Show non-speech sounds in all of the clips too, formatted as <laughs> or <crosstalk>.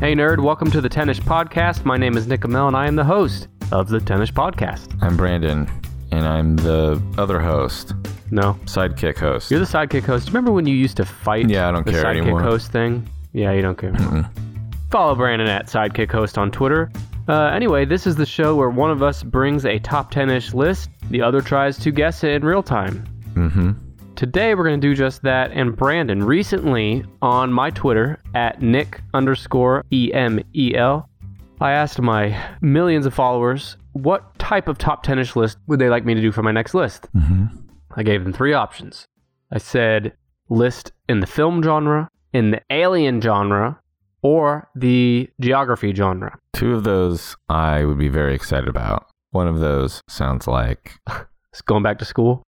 Hey, nerd, welcome to the Tennis Podcast. My name is Nick Amell, and I am the host of the Tennis Podcast. I'm Brandon, and I'm the other host, No, sidekick host. you're the sidekick host. Remember when you used to fight Yeah, I don't the care sidekick anymore. host thing? Yeah, you don't care. Follow Brandon at sidekick host on Twitter. Uh, anyway, this is the show where one of us brings a top 10 ish list, the other tries to guess it in real time. mm-hmm. Today we're going to do just that. And Brandon, recently on my Twitter at Nick underscore E EMEL, I asked my millions of followers what type of top 10 ish list would they like me to do for my next list. Mm-hmm. I gave them three options. I said list in the film genre, in the alien genre, or the geography genre. Two of those I would be very excited about. One of those sounds like, <laughs> It's going back to school.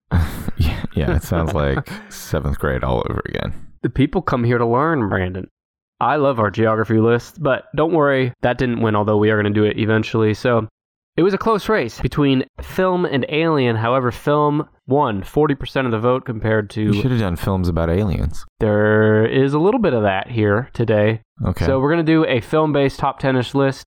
yeah, yeah, <laughs> it sounds like seventh grade all over again. The people come here to learn, Brandon. I love our geography list, but don't worry, that didn't win, although we are going to do it eventually. So it was a close race between film and alien. However, film won 40% of the vote compared You to <laughs> should have done films about aliens. there is a little bit of that here today. Okay. So we're going to do a film based top 10 ish list.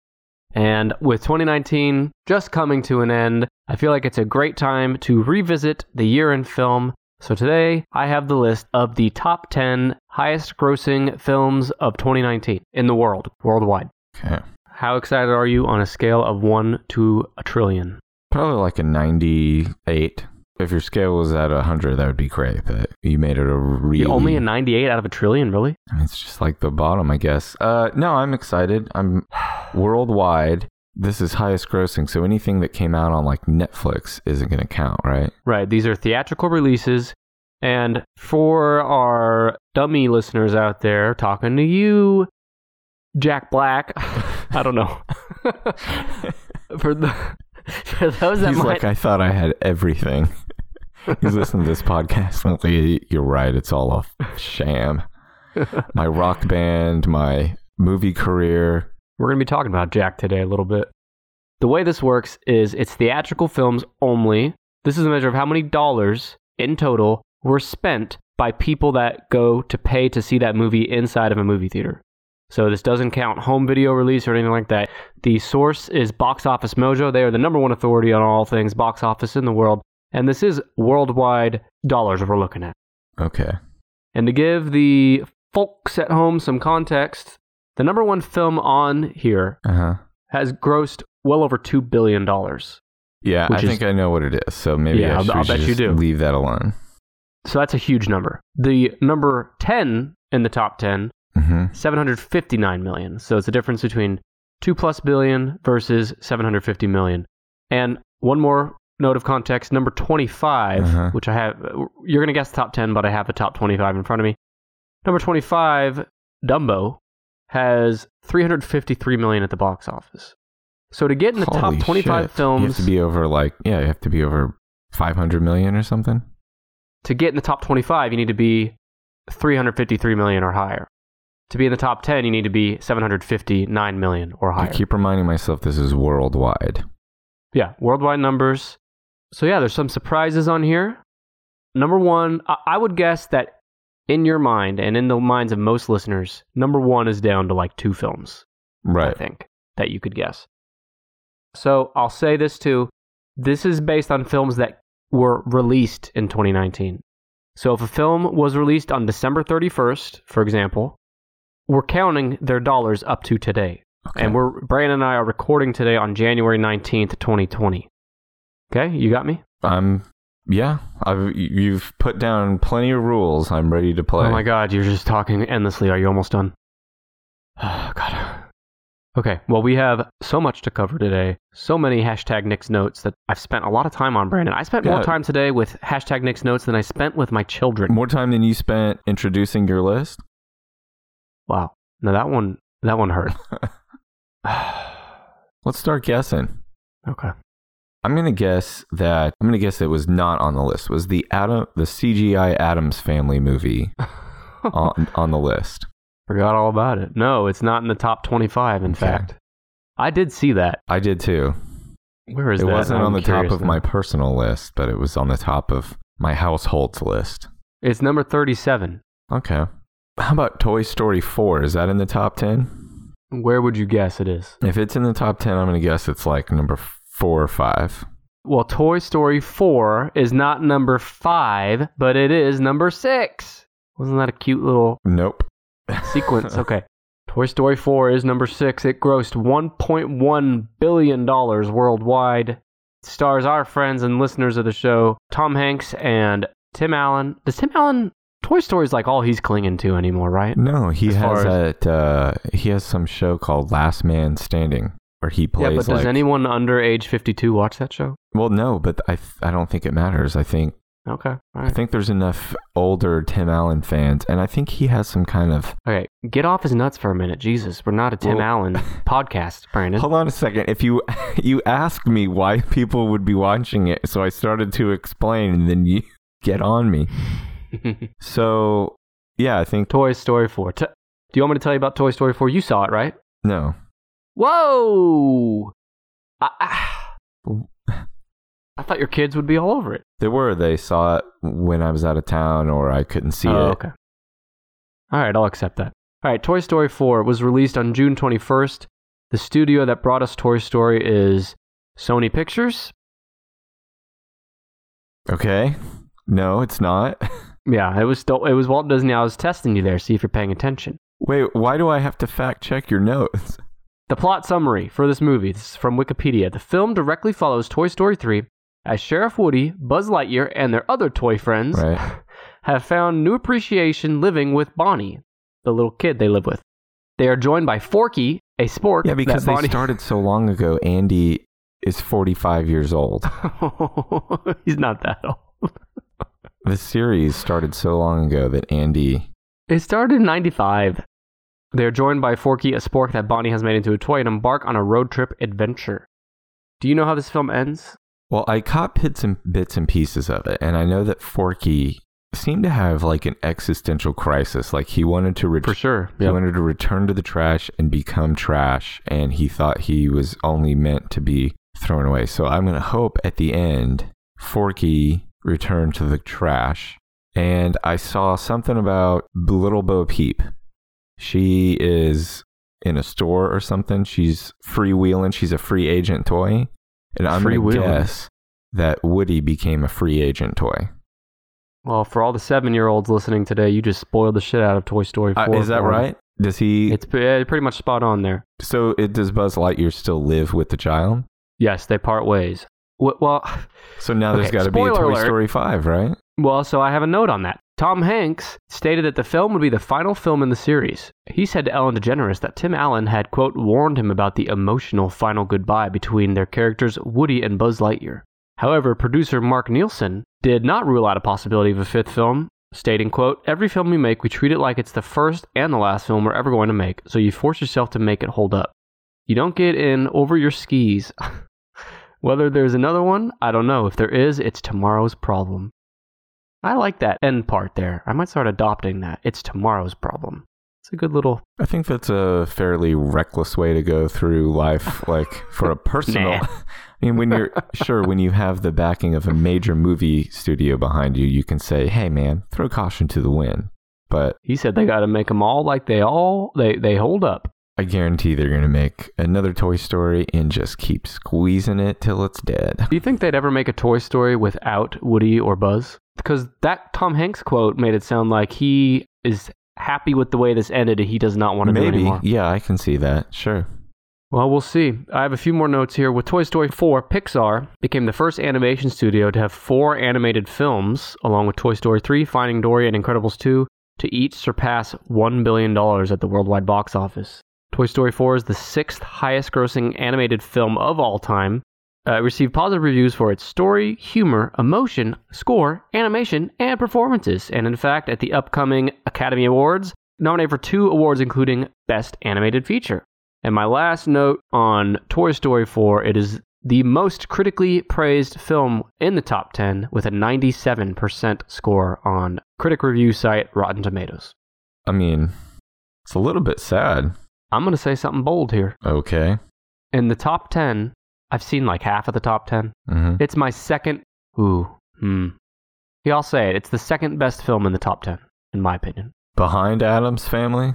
And with 2019 just coming to an end, I feel like it's a great time to revisit the year in film. So today, I have the list of the top 10 highest grossing films of 2019 in the world, worldwide. okay. How excited are you on a scale of 1 to a trillion? Probably like a 98. If your scale was at 100, that would be great, but you made it a really. Only a 98 out of a trillion, really? I mean, it's just like the bottom, I guess. Uh, no, I'm excited. I'm <sighs> worldwide. This is highest grossing, so anything that came out on like Netflix isn't going to count, right? Right. These are theatrical releases. And for our dummy listeners out there, talking to you, Jack Black, <laughs> I don't know. <laughs> for, the, <laughs> for those that He's might. like, I thought I had everything. <laughs> He's listening to this podcast. and like, You're right. It's all a <laughs> f- sham. My rock band, my movie career. We're going to be talking about Jack today a little bit. The way this works is it's theatrical films only. This is a measure of how many dollars in total were spent by people that go to pay to see that movie inside of a movie theater. So this doesn't count home video release or anything like that. The source is Box Office Mojo. They are the number one authority on all things box office in the world. And this is worldwide dollars we're looking at. Okay. And to give the folks at home some context, the number one film on here Uh huh. has grossed well over two billion dollars. Yeah, Which I is- think I know what it is. So maybe Yeah, I I'll- should, we I'll should bet you just do. leave that alone. So that's a huge number. The number ten in the top ten, hmm seven hundred fifty-nine million. So it's the difference between two plus billion versus seven hundred fifty million. And one more note of context: number 25 Uh-huh. which I have. You're gonna guess top ten, but I have a top twenty-five in front of me. Number twenty-five, Dumbo, has three hundred fifty-three million at the box office. So to get in the Holy top twenty-five shit. You films, have to be over like yeah, you have to be over five hundred million or something. to get in the top 25, you need to be 353 million or higher. To be in the top 10, you need to be 759 million or higher. I keep reminding myself this is worldwide. yeah, worldwide numbers. So, yeah, there's some surprises on here. Number one, I, I would guess that in your mind and in the minds of most listeners, number one is down to like two films, I Right. think, that you could guess. So, I'll say this too. This is based on films that were released in 2019. So if a film was released on December 31st, for example, we're counting their dollars up to today. Okay. And we're Brandon and I are recording today on January 19th, 2020. Okay, you got me? I'm yeah. I've you've put down plenty of rules. I'm ready to play. Oh my god, you're just talking endlessly. Are you almost done? Oh <sighs> god. Okay, well we have so much to cover today. So many hashtag Nick's notes that I've spent a lot of time on, Brandon. I spent more Yeah. time today with hashtag Nick's notes than I spent with my children. More time than you spent introducing your list. Wow. No, that one that one <laughs> hurt. <sighs> Let's start guessing. okay. I'm gonna guess that I'm gonna guess it was not on the list. Was the Adam the CGI Adams Family movie <laughs> on on the list? Forgot all about it. No, it's not in the top 25 in Okay. fact. I did see that. I did too. Where is it that? wasn't I'm on the top curious of now. my personal list, but it was on the top of my household's list. It's number 37. Okay. How about Toy Story 4? Is that in the top 10? Where would you guess it is? If it's in the top 10, I'm going to guess it's like number four or five. Well, Toy Story 4 is not number 5, but it is number 6. Wasn't that a cute <laughs> little Nope. sequence? okay. Toy Story 4 is number 6. It grossed 1.1 billion dollars worldwide. It stars our friends and listeners of the show, Tom Hanks and Tim Allen. Does Tim Allen Toy Story is like all he's clinging to anymore, right? No, he As far as- has that. Uh, he has some show called Last Man Standing where he Yeah, plays. but does like, anyone under age 52 watch that show? Well, no, but I th- I don't think it matters. I think Okay. All I right. think there's enough older Tim Allen fans, and I think he has some kind of. Okay. Get off his nuts for a minute. Jesus, we're not a Tim Well- <laughs> Allen podcast, Brandon. Hold on a second. If you <laughs> you asked me why people would be watching it, so I started to explain, and then you <laughs> get on <laughs> me. So yeah, I think Toy Story 4. T- Do you want me to tell you about Toy Story 4? You saw it, right? no. Whoa! I, I- <sighs> I thought your kids would be all over it. There were they saw it when I was out of town, or I couldn't see oh, it. okay. All right, I'll accept that. All right, Toy Story 4 was released on June 21st. The studio that brought us Toy Story is Sony Pictures. Okay. No, it's not. <laughs> Yeah, it was still, it was Walt Disney. I was testing you there, see if you're paying attention. Wait, why do I have to fact check <laughs> your notes? The plot summary for this movie this is from Wikipedia. The film directly follows Toy Story 3 as Sheriff Woody, Buzz Lightyear, and their other toy friends Right. have found new appreciation living with Bonnie, the little kid they live with. They are joined by Forky, a spork. Yeah, because that they Bonnie... started so long ago. Andy is 45 years old. <laughs> He's not that old. The series started so long ago that Andy. It started in 95. They're joined by Forky, a spork that Bonnie has made into a toy, and embark on a road trip adventure. Do you know how this film ends? Well, I caught bits and bits and pieces of it, and I know that Forky seemed to have like an existential crisis. Like he wanted to ret- For sure. he wanted to return to the trash and become trash, and he thought he was only meant to be thrown away. So I'm gonna hope at the end Forky returned to the trash, and I saw something about Little Bo Peep. She is in a store or something. She's freewheeling. She's a free agent toy, and I'm gonna Freewheeling. guess that Woody became a free agent toy. Well, for all the seven-year-olds listening today, you just spoiled the shit out of Toy Story Uh, 4. is that for 'em. right? Does he? It's pre- eh, pretty much spot on there. so it, does Buzz Lightyear still live with the child? Yes, they part ways. Wh- Well, So now there's Okay, got to be a spoiler Toy alert. Story 5, right? well, so I have a note on that. Tom Hanks stated that the film would be the final film in the series. He said to Ellen DeGeneres that Tim Allen had, quote, warned him about the emotional final goodbye between their characters Woody and Buzz Lightyear. However, producer Mark Nielsen did not rule out a possibility of a fifth film, stating, quote, Every film we make, we treat it like it's the first and the last film we're ever going to make, so you force yourself to make it hold up. You don't get in over your skis. <laughs> Whether there's another one, I don't know. If there is, it's tomorrow's problem. I like that end part there. I might start adopting that. It's tomorrow's problem. It's a good little. I think that's a fairly reckless way to go through <laughs> life, like for a personal. Nah. <laughs> I mean, when you're <laughs> sure, when you have the backing of a major movie studio behind you, you can say, hey, man, throw caution to the wind. But He said they got to make them all like they all they they hold up. I guarantee they're going to make another Toy Story and just keep squeezing it till it's dead. Do you think they'd ever make a Toy Story without Woody or Buzz? Because that Tom Hanks quote made it sound like he is happy with the way this ended and he does not want to do Maybe. anymore. Yeah, I can see that. Sure. Well, we'll see. I have a few more notes here. With Toy Story 4, Pixar became the first animation studio to have four animated films, along with Toy Story 3, Finding Dory, and Incredibles 2, to each surpass $1 billion at the worldwide box office. Toy Story 4 is the sixth highest grossing animated film of all time. Uh, it received positive reviews for its story, humor, emotion, score, animation, and performances. And in fact, at the upcoming Academy Awards, nominated for two awards, including Best Animated Feature. And my last note on Toy Story 4 it is the most critically praised film in the top 10 with a 97% score on critic review site Rotten Tomatoes. I mean, it's a little bit sad. I'm going to say something bold here. Okay. In the top 10, I've seen like half of the top 10. hmm It's my second. Ooh, hmm. Yeah, I'll say it. It's the second best film in the top 10, in my opinion. Behind Adam's family,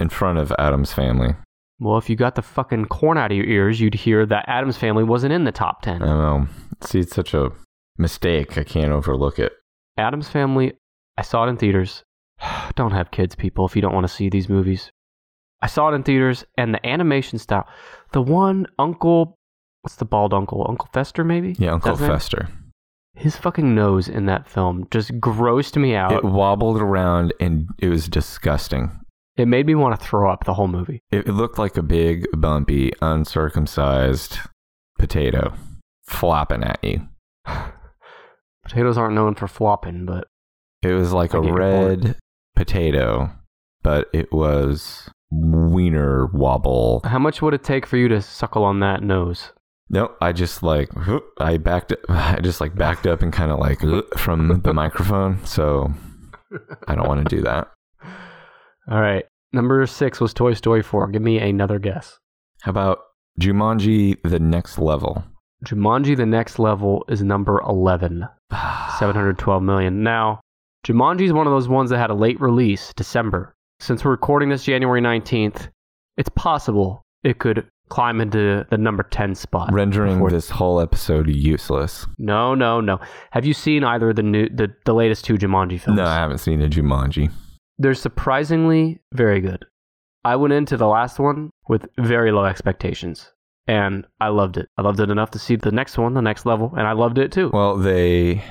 in front of Adam's family. Well, if you got the fucking corn out of your ears, you'd hear that Adam's Family wasn't in the top 10. I don't know. See, it's such a mistake. I can't overlook it. Adam's Family, I saw it in theaters. <sighs> don't have kids, people, if you don't want to see these movies. I saw it in theaters, and the animation style. The one Uncle, what's the bald uncle? Uncle Fester, maybe? Yeah, Uncle That's his name? Fester. His fucking nose in that film just grossed me out. It wobbled around and it was disgusting. it made me want to throw up the whole movie. It, it looked like a big, bumpy, uncircumcised potato flopping at you. Potatoes aren't known for flopping, but It was like I a get your point. red potato, but it was wiener wobble. how much would it take for you to suckle on that nose? No, I just like I backed <laughs> I just like backed up and kind of like from the microphone, so I don't want to do that. All right. Number six was Toy Story 4. Give me another guess. How about Jumanji: The <sighs> Next Level? Jumanji The Next Level is number 11, 712 million. Now, Jumanji is one of those ones that had a late release, December. Since we're recording this January 19th, it's possible it could climb into the number 10 spot. Rendering Before- this whole episode useless. No, no, no. Have you seen either of the new the, the latest two Jumanji films? No, I haven't seen a Jumanji. They're surprisingly very good. I went into the last one with very low expectations and I loved it. I loved it enough to see the next one, the next level, and I loved it too. Well, they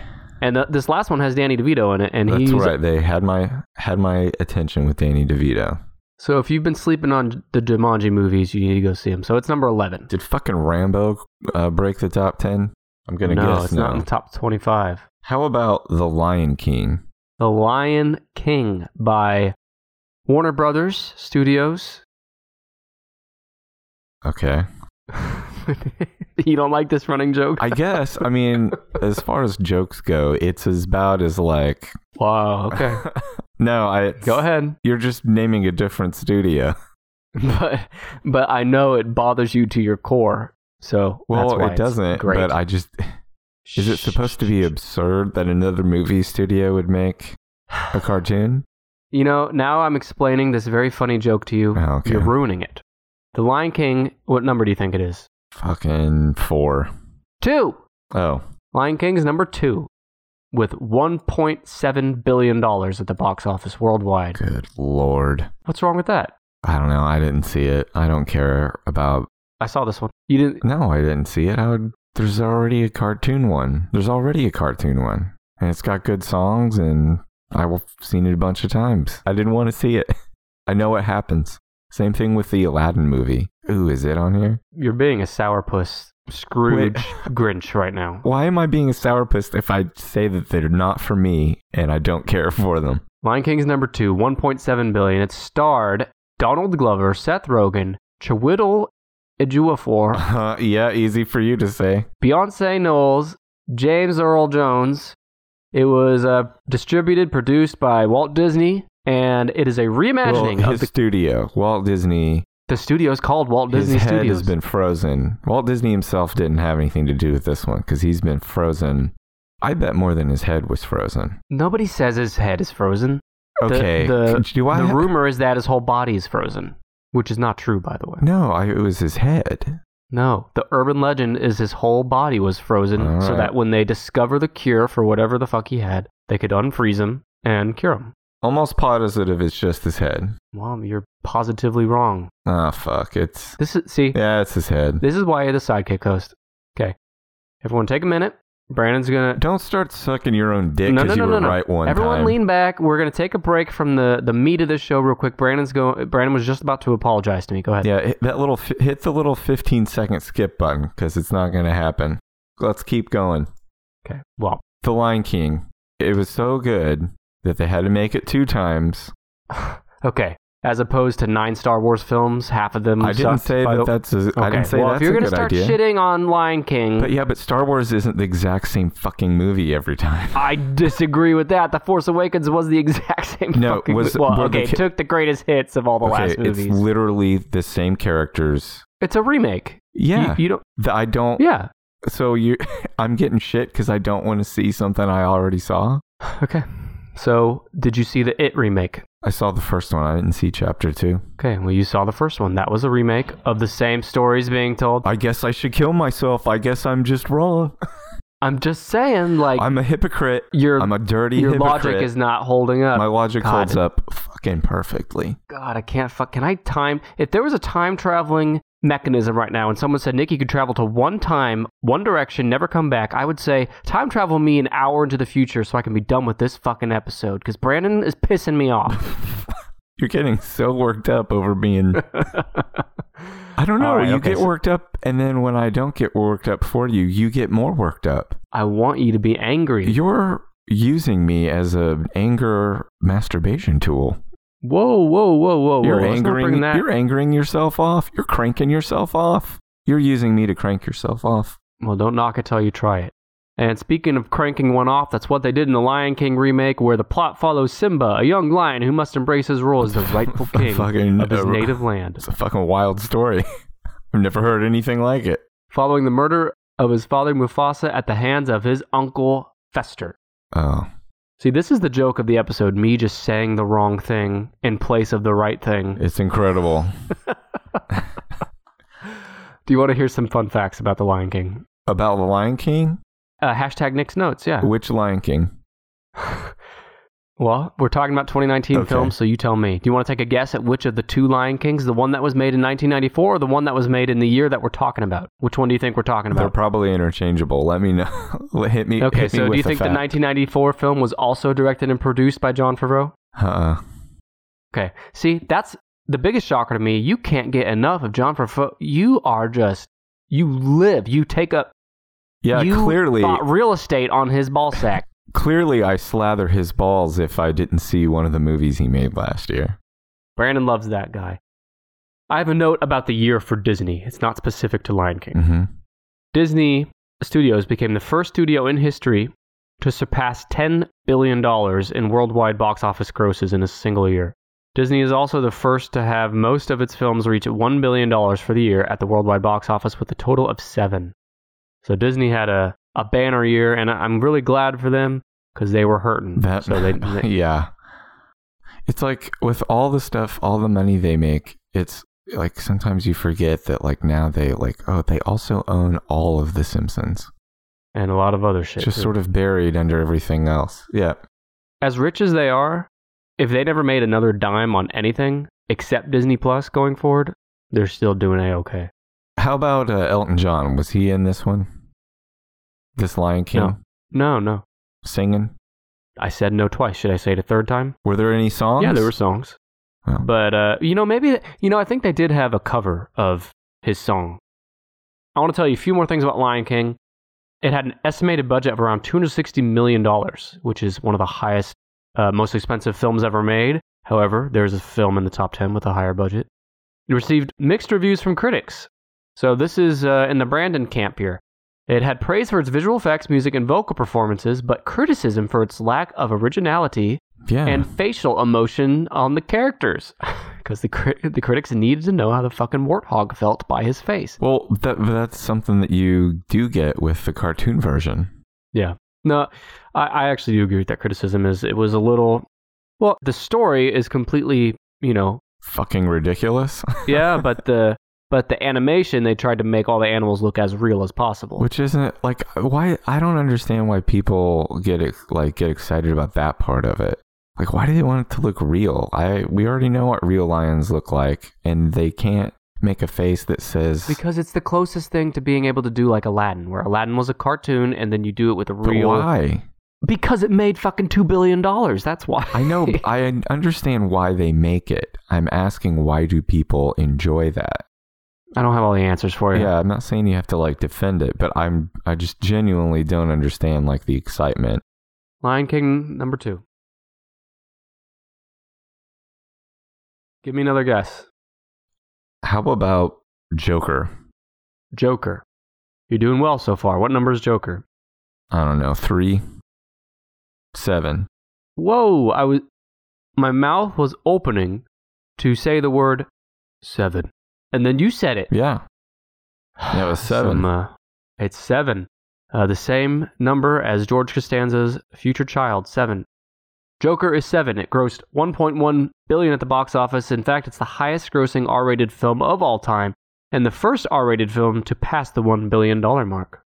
and th this last one has Danny DeVito in it and that's he's right. They had my had my attention with Danny DeVito. So if you've been sleeping on the Jumanji movies, you need to go see them. So it's number 11. Did fucking Rambo uh, break the top ten? I'm gonna no, guess it's no. not in the top 25. How about The Lion King? The Lion King by Warner Brothers Studios. <laughs> Okay. you don't like this running joke? I guess. I mean, as far as jokes go, it's as bad as like. Wow. Okay. <laughs> no, I Go ahead. <laughs> You're just naming a different studio. But but I know it bothers you to your core. So that's Well, why it it's doesn't. Great. But I just is it supposed to be absurd that another movie studio would make a cartoon? You know, now I'm explaining this very funny joke to you. Oh, okay. You're ruining it. The Lion King. What number do you think it is? Fucking four. Two. Oh, Lion King is number two, with 1.7 billion dollars at the box office worldwide. good lord. What's wrong with that? I don't know. I didn't see it. I don't care about. I saw this one. You didn't. No, I didn't see it. I would. There's already a cartoon one. There's already a cartoon one, and it's got good songs, and I've seen it a bunch of times. I didn't want to see it. <laughs> I know what happens. Same thing with the Aladdin movie. Ooh, is it on here? You're being a sourpuss, Scrooge, <laughs> Grinch right now. Why am I being a sourpuss if I say that they're not for me and I don't care for them? <laughs> Lion King's number two, 1.7 billion. It starred Donald Glover, Seth Rogen, Chiwetel Ejiofor, Uh, yeah, easy for you to say. Beyonce Knowles, James Earl Jones. It was uh, distributed, produced by Walt Disney, and it is a reimagining well, of his the, studio, Walt Disney. the studio's called Walt Disney his head Studios. has been frozen. Walt Disney himself didn't have anything to do with this one because he's been frozen. I bet more than his head was frozen. Nobody says his head is frozen. The- Okay, The, do I? the rumor is that his whole body is frozen, which is not true, by the way. no, I, it was his head. No, the urban legend is his whole body was frozen All so right. that when they discover the cure for whatever the fuck he had, they could unfreeze him and cure him. Almost positive it's just his head. Mom, you're positively wrong. Ah, fuck. It's This is see, yeah, it's his head. this is why you're the sidekick host. Okay. Everyone take a minute. Brandon's gonna Don't start sucking your own dick No, because no, you no, were no, no. right one Everyone time. lean back. We're gonna take a break from the, the meat of this show real quick. Brandon's going Brandon was just about to apologize to me. Go ahead. Yeah, hit that little fi- hit the little 15 second skip button because it's not going to happen. Let's keep going. Okay. Well, The Lion King. It was so good that they had to make it two times. okay. As opposed to nine Star Wars films, half of them. I didn't sucked, say by that the- that's a, I didn't say well, that's if you're a gonna good start idea. shitting on Lion King, But yeah, but Star Wars isn't the exact same fucking movie <laughs> every time. I disagree with that. The Force Awakens was the <laughs> exact same. No, fucking was- mo- well, were the okay, ki- took the greatest hits of all the okay, last movies. it's literally the same characters. It's a remake. You- Yeah, you, don't. The- I don't. Yeah, So you, <laughs> I'm getting shit because I don't want to see something I already saw. okay. So, did you see the It remake? I saw the first one. I didn't see chapter two. Okay, well, you saw the first one. That was a remake of the same stories being told. I guess I should kill myself. I guess I'm just wrong. I'm just saying, like, I'm a hypocrite. your, I'm a dirty your hypocrite. logic is not holding up. My logic God. holds up fucking perfectly. God, I can't fuck. Can I time? If there was a time traveling mechanism right now and someone said, Nick, you could travel to one time, one direction, never come back, I would say, time travel me an hour into the future so I can be done with this fucking episode because Brandon is pissing me <laughs> off. You're getting so worked up <laughs> over being. I don't know. All right, you okay, get so- worked up, and then when I don't get worked up for you, you get more worked up. I want you to be angry. You're using me as a anger masturbation tool. whoa, whoa, whoa, whoa, you're whoa. Let's not angering. bring that. You're angering yourself off. You're cranking yourself off. You're using me to crank yourself off. Well, don't knock it till you try it. And speaking of cranking one off, that's what they did in the Lion King remake, where the plot follows Simba, a young lion who must embrace his role as the <laughs> rightful king Fucking- of his native land. It's a fucking wild story. <laughs> I've never heard anything like it. following the murder of his father Mufasa at the hands of his uncle Fester. Oh, See, this is the joke of the episode me just saying the wrong thing in place of the right thing. it's incredible. Do you want to hear some fun facts about The Lion King? About the Lion King? Uh, hashtag Nick's Notes, yeah. Which Lion King? Well, we're talking about 2019 Okay. films, so you tell me. Do you want to take a guess at which of the two Lion Kings, the one that was made in 1994 or the one that was made in the year that we're talking about? Which one do you think we're talking They're about? probably interchangeable. Let me know. <laughs> hit me. okay, hit me so do with you a think the fact. 1994 film was also directed and produced by John Favreau? Uh-uh. Okay. See, that's the biggest shocker to me. You can't get enough of John Favreau. You are just, you live, you take up, Yeah, you clearly, bought real estate on his ball sack. clearly, I slather his balls if I didn't see one of the movies he made last year. Brandon loves that guy. I have a note about the year for Disney. It's not specific to Lion King. hmm Disney Studios became the first studio in history to surpass $10 billion in worldwide box office grosses in a single year. Disney is also the first to have most of its films reach $1 billion for the year at the worldwide box office with a total of seven. So Disney had a, a banner year, and I- I'm really glad for them because they were hurting. That, so <laughs> they, they- yeah. It's like with all the stuff, all the money they make. It's like sometimes you forget that, like now they like, oh, they also own all of the Simpsons, and a lot of other shit. just too. sort of buried under everything else. Yeah, as rich as they are, if they never made another dime on anything except Disney Plus going forward, they're still doing a okay. How about uh, Elton John? Was he in this one? This Lion King No. No, no. singing? I said no twice. Should I say it a third time? Were there any songs? Yeah, there were songs. Oh. But uh, you know, maybe you know, I think they did have a cover of his song. I want to tell you a few more things about Lion King. It had an estimated budget of around 260 million dollars, which is one of the highest, uh, most expensive films ever made. However, there's a film in the top 10 with a higher budget. It received mixed reviews from critics. So this is uh, in the Brandon camp here. It had praise for its visual effects, music, and vocal performances, but criticism for its lack of originality Yeah. and facial emotion on the characters <laughs> because the, cri- the critics needed to know how the fucking warthog felt by his face. well, that, that's something that you do get with the cartoon version. Yeah. No, I, I actually do agree with that criticism. Is it was a little, well, the story is completely, you <laughs> know, <laughs> Fucking ridiculous, yeah, but the but the animation they tried to make all the animals look as real as possible. which isn't like why I don't understand why people get ex- like get excited about that part of it. Like, why do they want it to look real? I we already know what real lions look like, and they can't make a face that says because it's the closest thing to being able to do like Aladdin, where Aladdin was a cartoon, and then you do it with a but real. why? Because it made fucking two billion dollars. That's why. I <laughs> know. but I un- understand why they make it. I'm asking why do people enjoy that? I don't have all the answers for you. Yeah, I'm not saying you have to like defend it, but I'm I just genuinely don't understand like the excitement. Lion King number two. Give me another guess. How about Joker? Joker. You're doing well so far. What number is Joker? I don't know, 3 7. Whoa, I was my mouth was opening to say the word seven. And then you said it. Yeah. <sighs> Yeah, it was 7. Some, uh, it's seven. Uh, the same number as George Costanza's future child, seven. Joker is 7. It grossed 1.1 billion at the box office. In fact, it's the highest-grossing R-rated film of all time and the first R-rated film to pass the 1 billion dollar mark.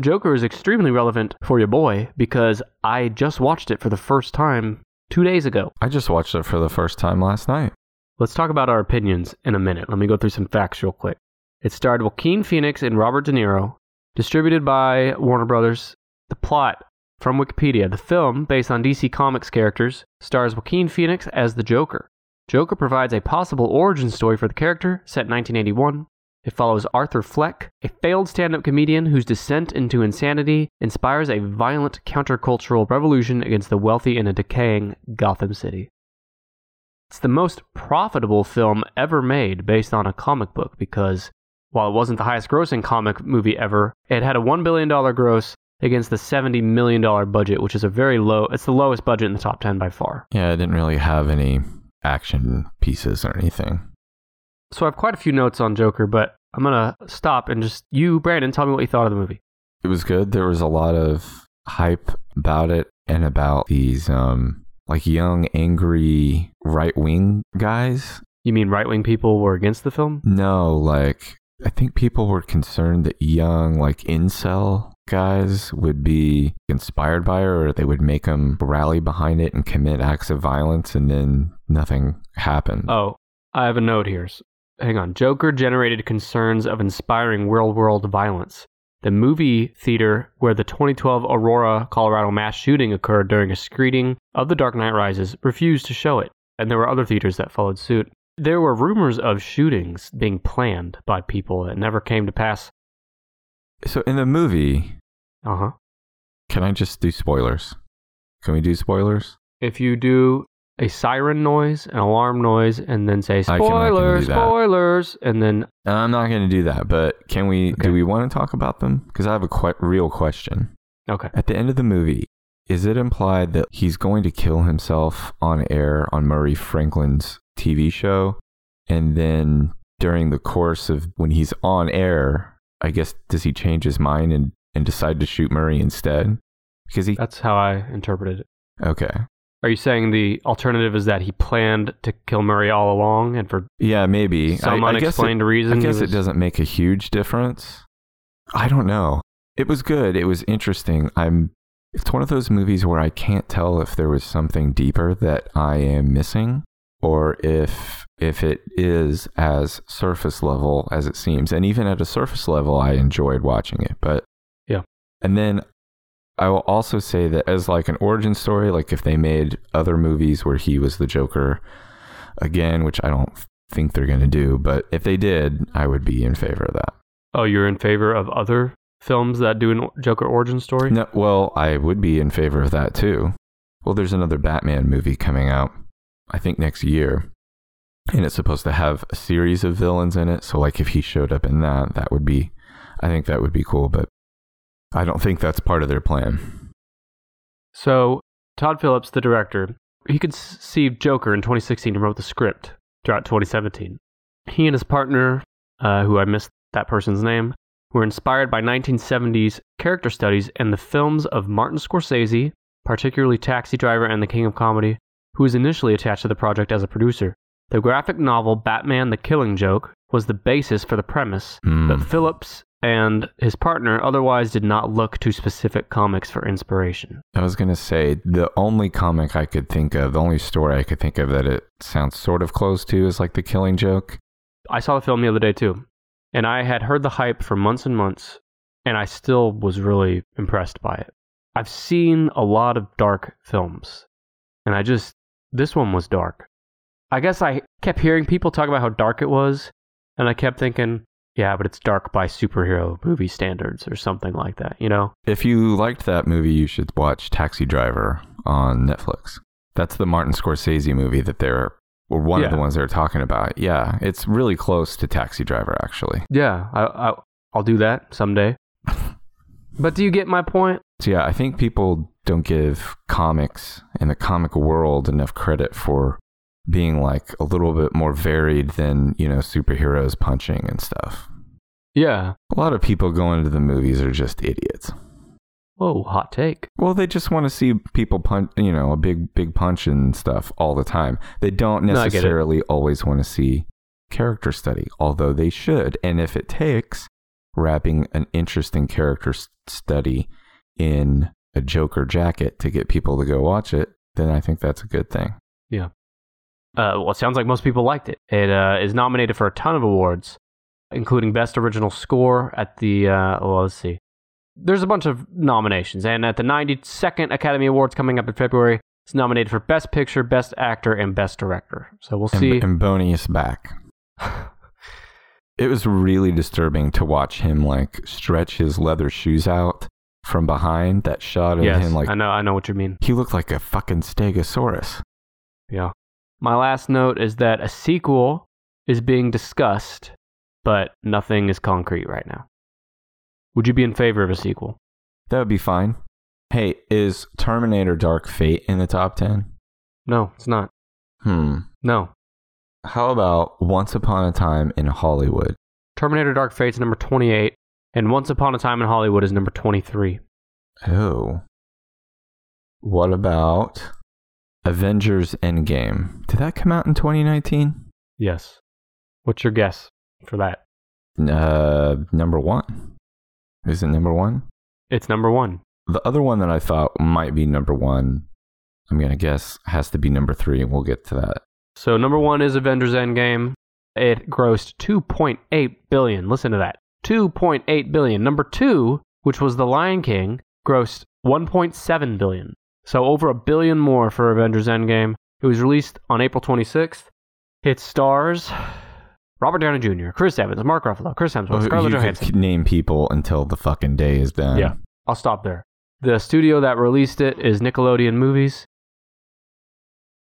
Joker is extremely relevant for your boy because I just watched it for the first time 2 days ago. I just watched it for the first time last night. Let's talk about our opinions in a minute. Let me go through some facts real quick. It starred Joaquin Phoenix and Robert De Niro, distributed by Warner Brothers. The plot from Wikipedia the film, based on DC Comics characters, stars Joaquin Phoenix as the Joker. Joker provides a possible origin story for the character, set in 1981. It follows Arthur Fleck, a failed stand up comedian whose descent into insanity inspires a violent countercultural revolution against the wealthy in a decaying Gotham City. It's the most profitable film ever made based on a comic book because while it wasn't the highest grossing comic movie ever, it had a $1 billion gross against the $70 million budget, which is a very low, it's the lowest budget in the top 10 by far. Yeah, I didn't really have any action pieces or anything. So I have quite a few notes on Joker, but I'm going to stop and just, you, Brandon, tell me what you thought of the movie. It was good. There was a lot of hype about it and about these um like young angry right-wing guys. You mean right wing people were against the film? No, like I think people were concerned that young like incel guys would be inspired by it or they would make them rally behind it and commit acts of violence and then nothing happened. Oh, I have a note here. S- Hang on. Joker generated concerns of inspiring real world violence. The movie theater where the 2012 Aurora, Colorado mass shooting occurred during a screening of The Dark Knight Rises refused to show it, and there were other theaters that followed suit. There were rumors of shootings being planned by people that never came to pass. So in the movie, Uh huh. can I just do spoilers? Can we do spoilers? If you do a siren noise, an alarm noise, and then say I can- I can do spoilers, that. spoilers, and then I'm not going to do that, but can we Okay. do we want to talk about them? Cuz I have a que- real question. okay, At the end of the movie, is it implied that he's going to kill himself on air on Murray Franklin's TV show? And then during the course of when he's on air, I guess, does he change his mind and, and decide to shoot Murray instead? Because he. that's how I interpreted it. Okay. Are you saying the alternative is that he planned to kill Murray all along, and for Yeah, maybe. some I, I guess it- unexplained reason? I he guess it was- doesn't make a huge difference. I don't know. It was good. It was interesting. I'm. It's one of those movies where I can't tell if there was something deeper that I am missing, or if if it is as surface level as it seems. And even at a surface level, I enjoyed watching it. But Yeah. And then I will also say that as like an origin story, like if they made other movies where he was the Joker again, which I don't think they're going to do, but if they did, I would be in favor of that. Oh, you're in favor of other films that do an Joker origin story? No, well, I would be in favor of that too. Well, there's another Batman movie coming out, I think next year, and it's supposed to have a series of villains in it. So, like, if he showed up in that, that would be, I think that would be cool, but I don't think that's part of their plan. So Todd Phillips, the director, he conceived Joker in 2016 and wrote the script throughout 2017. He and his partner, uh, who I missed that person's name, were inspired by 1970s character studies and the films of Martin Scorsese, particularly Taxi Driver and The King of Comedy, who was initially attached to the project as a producer. The graphic novel Batman the Killing Joke was the basis for the premise, Hmm. but Phillips and his partner otherwise did not look to specific comics for inspiration. I was going to say the only comic I could think of, the only story I could think of that it sounds sort of close to is like The Killing Joke. I saw the film the other day too, and I had heard the hype for months and months, and I still was really impressed by it. I've seen a lot of dark films, and I just, this one was dark. I guess I kept hearing people talk about how dark it was, and I kept thinking, yeah, but it's dark by superhero movie standards or something like that, you know? If you liked that movie, you should watch Taxi Driver on Netflix. That's the Martin Scorsese movie that they're well, one of Yeah. the ones they're talking about. Yeah, it's really close to Taxi Driver actually. Yeah, I, I, I'll do that someday. but do you get my point? So yeah, I think people don't give comics and the comic world enough credit for being like a little bit more varied than, you know, superheroes punching and stuff. Yeah, A lot of people going to the movies are just idiots. Whoa, hot take. Well, they just want to see people punch, you know, a big, big punch and stuff all the time. They don't No, I get it. necessarily always want to see character study, although they should. And if it takes wrapping an interesting character s- study in a Joker jacket to get people to go watch it, then I think that's a good thing. Uh, well, it sounds like most people liked it. It uh, is nominated for a ton of awards, including Best Original Score at the, uh, well, let's see. There's a bunch of nominations, and at the 92nd Academy Awards coming up in February, it's nominated for Best Picture, Best Actor, and Best Director. So we'll And, see. <sighs> and Boney is back. It was really disturbing to watch him like stretch his leather shoes out from behind. That shot of yes, him like I know, I know what you mean. he looked like a fucking stegosaurus. Yeah. My last note is that a sequel is being discussed, but nothing is concrete right now. Would you be in favor of a sequel? That would be fine. Hey, is Terminator Dark Fate in the top 10? No, it's not. Hmm. No. How about Once Upon a Time in Hollywood? Terminator Dark Fate's number 28, and Once Upon a Time in Hollywood is number 23. Oh. What about Avengers Endgame? Did that come out in 2019? Yes. What's your guess for that? Uh, number one. Is it number one? It's number one. The other one that I thought might be number one, I'm going to guess has to be number three, and we'll get to that. So number one is Avengers Endgame. It grossed 2.8 billion. Listen to that. 2.8 billion. Number two, which was The Lion King, grossed 1.7 billion. So over a billion more for Avengers Endgame. It was released on April 26th. It stars Robert Downey Jr., Chris Evans, Mark Ruffalo, Chris Hemsworth, Oh, Scarlett you Johansson. could name people until the fucking day is done. Yeah. I'll stop there. The studio that released it is Nickelodeon Movies.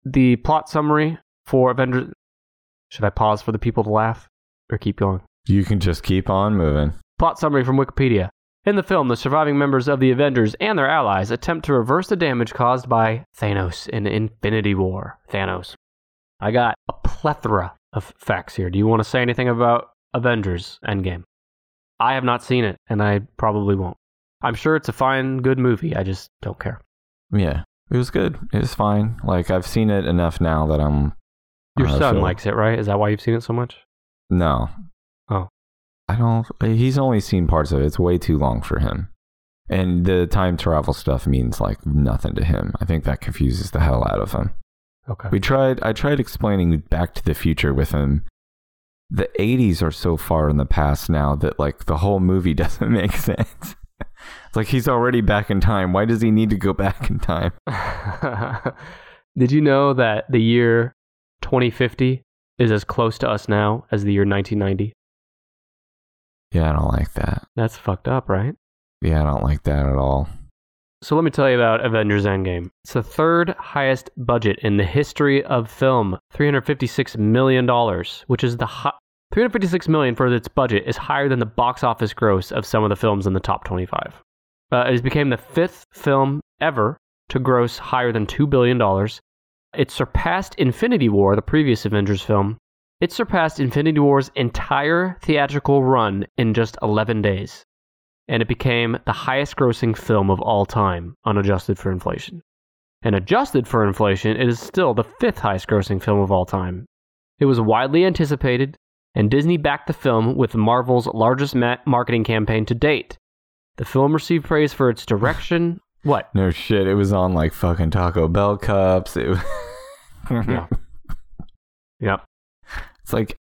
The plot summary for Avengers. Should I pause for the people to laugh or keep going? You can just keep on moving. Plot summary from Wikipedia. In the film, the surviving members of the Avengers and their allies attempt to reverse the damage caused by Thanos in Infinity War. Thanos. I got a plethora of facts here. Do you want to say anything about Avengers Endgame? I have not seen it, and I probably won't. I'm sure it's a fine, good movie. I just don't care. Yeah. It was good. It was fine. Like I've seen it enough now that I'm Your uh, son so- likes it, right? Is that why you've seen it so much? No. Oh. I don't uh, he's only seen parts of it. It's way too long for him. And the time travel stuff means like nothing to him. I think that confuses the hell out of him. Okay. We tried I tried explaining Back to the Future with him. The 80s are so far in the past now that like the whole movie <laughs> doesn't make sense. it's like he's already back in time. Why does he need to go back in time? <laughs> Did you know that the year 2050 is as close to us now as the year 1990? Yeah, I don't like that. That's fucked up, right? Yeah, I don't like that at all. So let me tell you about Avengers Endgame. It's the third highest budget in the history of film, $356 million, which is the hi- 356 million for its budget is higher than the box office gross of some of the films in the top 25. Uh, it became the fifth film ever to gross higher than $2 billion. It surpassed Infinity War, the previous Avengers film. It surpassed Infinity War's entire theatrical run in just 11 days and it became the highest grossing film of all time, unadjusted for inflation. And adjusted for inflation, it is still the fifth highest grossing film of all time. It was widely anticipated, and Disney backed the film with Marvel's largest ma- marketing campaign to date. The film received praise for its direction. what? No shit, it was on like fucking Taco Bell cups. It was <laughs> Yeah. <laughs> Yep. It's like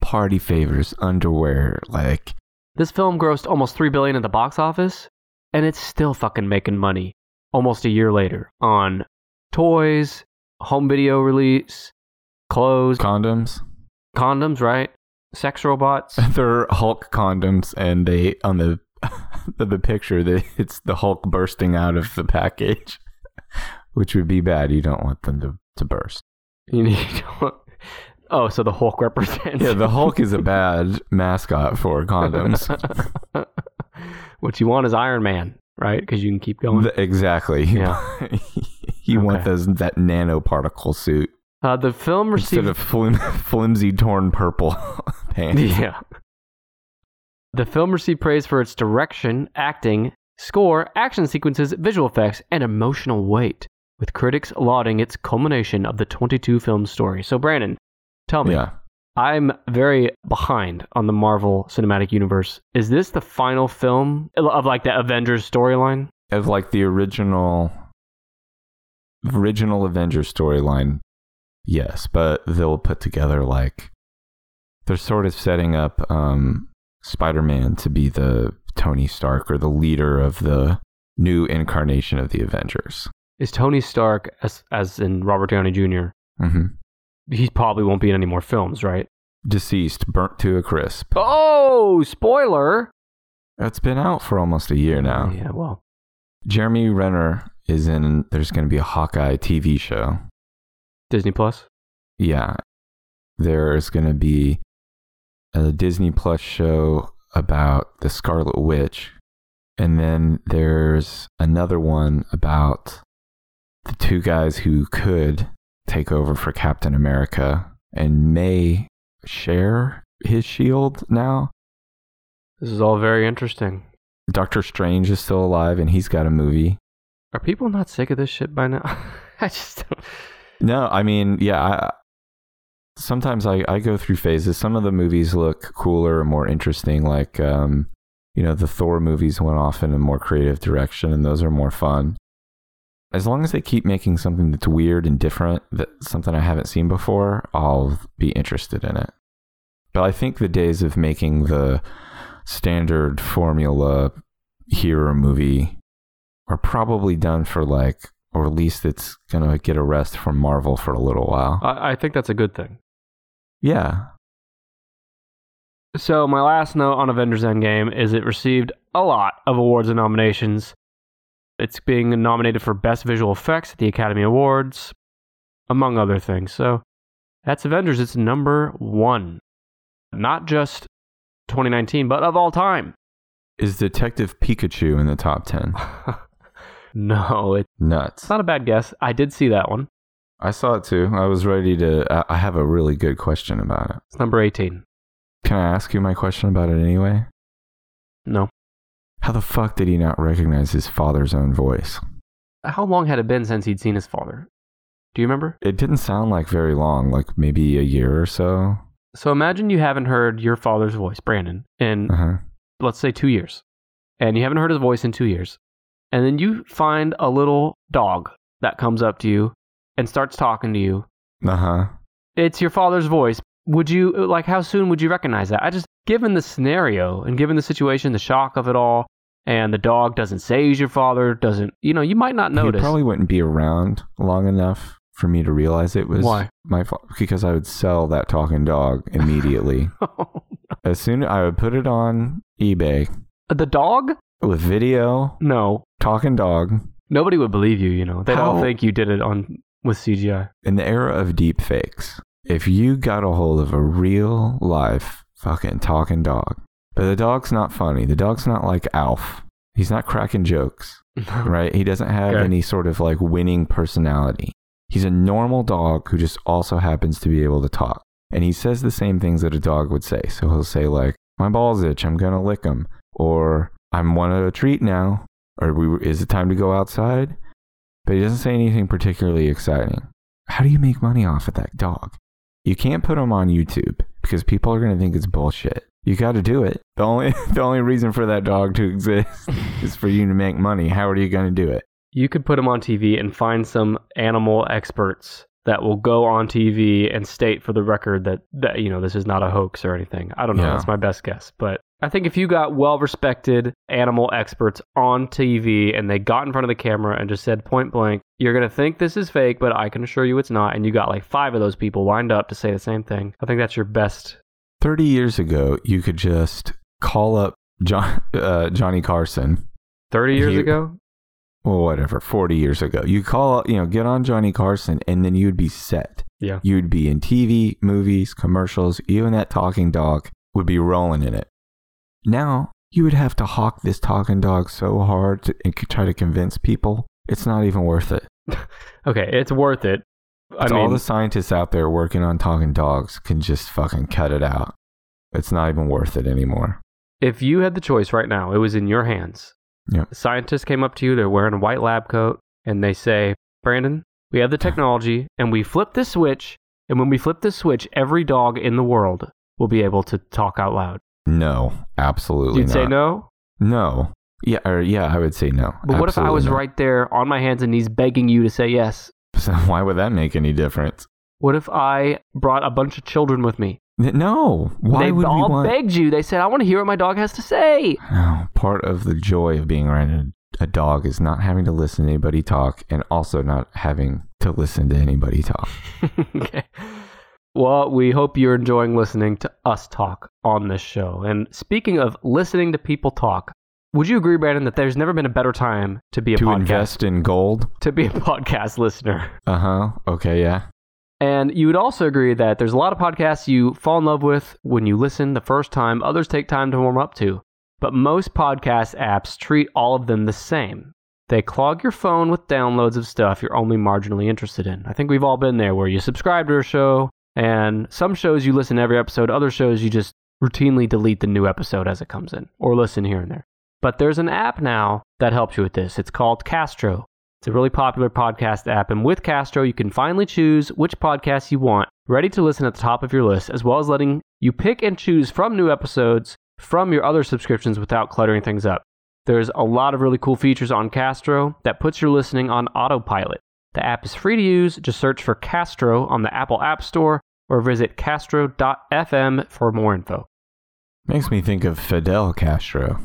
party favors, underwear, like This film grossed almost 3 billion at the box office and it's still fucking making money almost a year later on toys, home video release, clothes, condoms. condoms, right? Sex <laughs> robots. They're Hulk condoms and they on the <laughs> the picture that it's the Hulk bursting out of the package. <laughs> Which would be bad. You don't want them to, to burst. you need <laughs> Oh, so the Hulk represents Yeah, the Hulk is a <laughs> bad mascot for condoms. What you want is Iron Man, right? Cuz you can keep going. The- exactly. Yeah. <laughs> you want Okay. those that nanoparticle suit. uh, the film received instead of flim- <laughs> flimsy torn purple <laughs> pants. <laughs> Yeah. The film received praise for its direction, acting, score, action sequences, visual effects, and emotional weight, with critics lauding its culmination of the 22 film story. So, Brandon, tell me, Yeah. I'm very behind on the Marvel Cinematic Universe. Is this the final film of like the Avengers storyline? Of like the original original Avengers storyline, yes, but they'll put together like they're sort of setting up um Spider Man to be the Tony Stark or the leader of the new incarnation of the Avengers. Is Tony Stark, as, as in Robert Downey Jr., hmm he probably won't be in any more films, right? Deceased, burnt to a crisp. Oh, spoiler! It's been out for almost a year now. Yeah, well, Jeremy Renner is in. There's going to be a Hawkeye TV show. Disney Plus. Yeah. There's going to be a Disney Plus show about the Scarlet Witch. And then there's another one about the two guys who could take over for Captain America and may share his shield now. This is all very interesting. Doctor Strange is still alive and he's got a movie. Are people not sick of this shit by now? <laughs> I just don't. No, I mean, yeah. I, sometimes I, I go through phases. Some of the movies look cooler and more interesting. Like, um, you know, the Thor movies went off in a more creative direction, and those are more fun. As long as they keep making something that's weird and different, that something I haven't seen before, I'll be interested in it. But I think the days of making the standard formula hero movie are probably done for like, or at least it's gonna get a rest from Marvel for a little while. I, I think that's a good thing. yeah, So my last note on Avengers Endgame is it received a lot of awards and nominations. It's being nominated for Best Visual Effects at the Academy Awards, among other things. So that's Avengers. It's number one, not just 2019, but of all time. <laughs> Is Detective Pikachu in the top 10? no, it's Nuts. not a bad guess. I did see that one. I saw it too. I was ready to. I- I have a really good question about it. It's number 18. Can I ask you my question about it anyway? No. How the fuck did he not recognize his father's own voice? How long had it been since he'd seen his father? Do you remember? It didn't sound like very long, like maybe a year or so. So imagine you haven't heard your father's voice, Brandon, in Uh huh. let's say two years, and you haven't heard his voice in two years, and then you find a little dog that comes up to you and starts talking to you. Uh huh. It's your father's voice. Would you like how soon would you recognize that? I just given the scenario and given the situation, the shock of it all, and the dog doesn't say he's your father, doesn't you know, you might not He notice. probably wouldn't be around long enough for me to realize it was Why? <laughs> my fault because I would sell that talking dog immediately. as soon I would put it on eBay the dog? with video, No. talking dog, Nobody would believe you, you know. They How- don't think you did it on with CGI. in the era of deep fakes, if you got a hold of a real life fucking talking dog, but the dog's not funny, the dog's not like Alf, he's not cracking jokes, right? He doesn't have Okay. any sort of like winning personality. He's a normal dog who just also happens to be able to talk. And he says the same things that a dog would say. So he'll say, like, my balls itch, I'm gonna lick 'em," or I'm want a treat now, or we, is it time to go outside? But he doesn't say anything particularly exciting. How do you make money off of that dog? You can't put him on YouTube because people are gonna think it's bullshit. You got to do it. The only <laughs> the only reason for that dog to exist <laughs> is for you to make money. How are you gonna do it? you could put them on TV and find some animal experts that will go on TV and state for the record that, that you know this is not a hoax or anything. I don't know. Yeah. That's my best guess, but I think if you got well-respected animal experts on TV and they got in front of the camera and just said point blank, "You're gonna think this is fake, but I can assure you it's not," and you got like five of those people lined up to say the same thing, I think that's your best. 30 years ago, you could just call up John, <laughs> uh, Johnny Carson. Thirty years You- ago, Well, whatever, 40 years ago. You call, you know, get on Johnny Carson and then you'd be set. Yeah. You'd be in TV, movies, commercials, even that talking dog would be rolling in it. Now, you would have to hawk this talking dog so hard to, and could try to convince people it's not even worth it. okay, it's worth it. I It's mean, all the scientists out there working on talking dogs can just fucking cut it out. It's not even worth it anymore. if you had the choice right now, it was in your hands Yeah. Scientists came up to you, they're wearing a white lab coat, and they say, Brandon, we have the technology, and we flip this switch, and when we flip this switch, every dog in the world will be able to talk out loud. No, absolutely You'd not. say no? No. Yeah, or yeah, I would say no. But what if I Absolutely was not. right there on my hands and knees begging you to say yes? So <laughs> why would that make any difference? What if I brought a bunch of children with me? N- No. Why they would we all want? begged you. They said, I want to hear what my dog has to say. No, part of the joy of being around a, a dog is not having to listen to anybody talk, and also not having to listen to anybody talk. <laughs> okay. Well, we hope you're enjoying listening to us talk on this show. And speaking of listening to people talk, would you agree, Brandon, that there's never been a better time to be a to podcast invest in gold. to be a <laughs> podcast listener? Uh huh. Okay. Yeah. And you would also agree that there's a lot of podcasts you fall in love with when you listen the first time, others take time to warm up to. But most podcast apps treat all of them the same. They clog your phone with downloads of stuff you're only marginally interested in. I think we've all been there where you subscribe to a show, and some shows you listen to every episode, other shows you just routinely delete the new episode as it comes in or listen here and there. But there's an app now that helps you with this. It's called Castro. It's a really popular podcast app, and with Castro, you can finally choose which podcasts you want, ready to listen at the top of your list, as well as letting you pick and choose from new episodes from your other subscriptions without cluttering things up. There's a lot of really cool features on Castro that puts your listening on autopilot. The app is free to use. Just search for Castro on the Apple App Store or visit castro.fm for more info. Makes me think of Fidel Castro.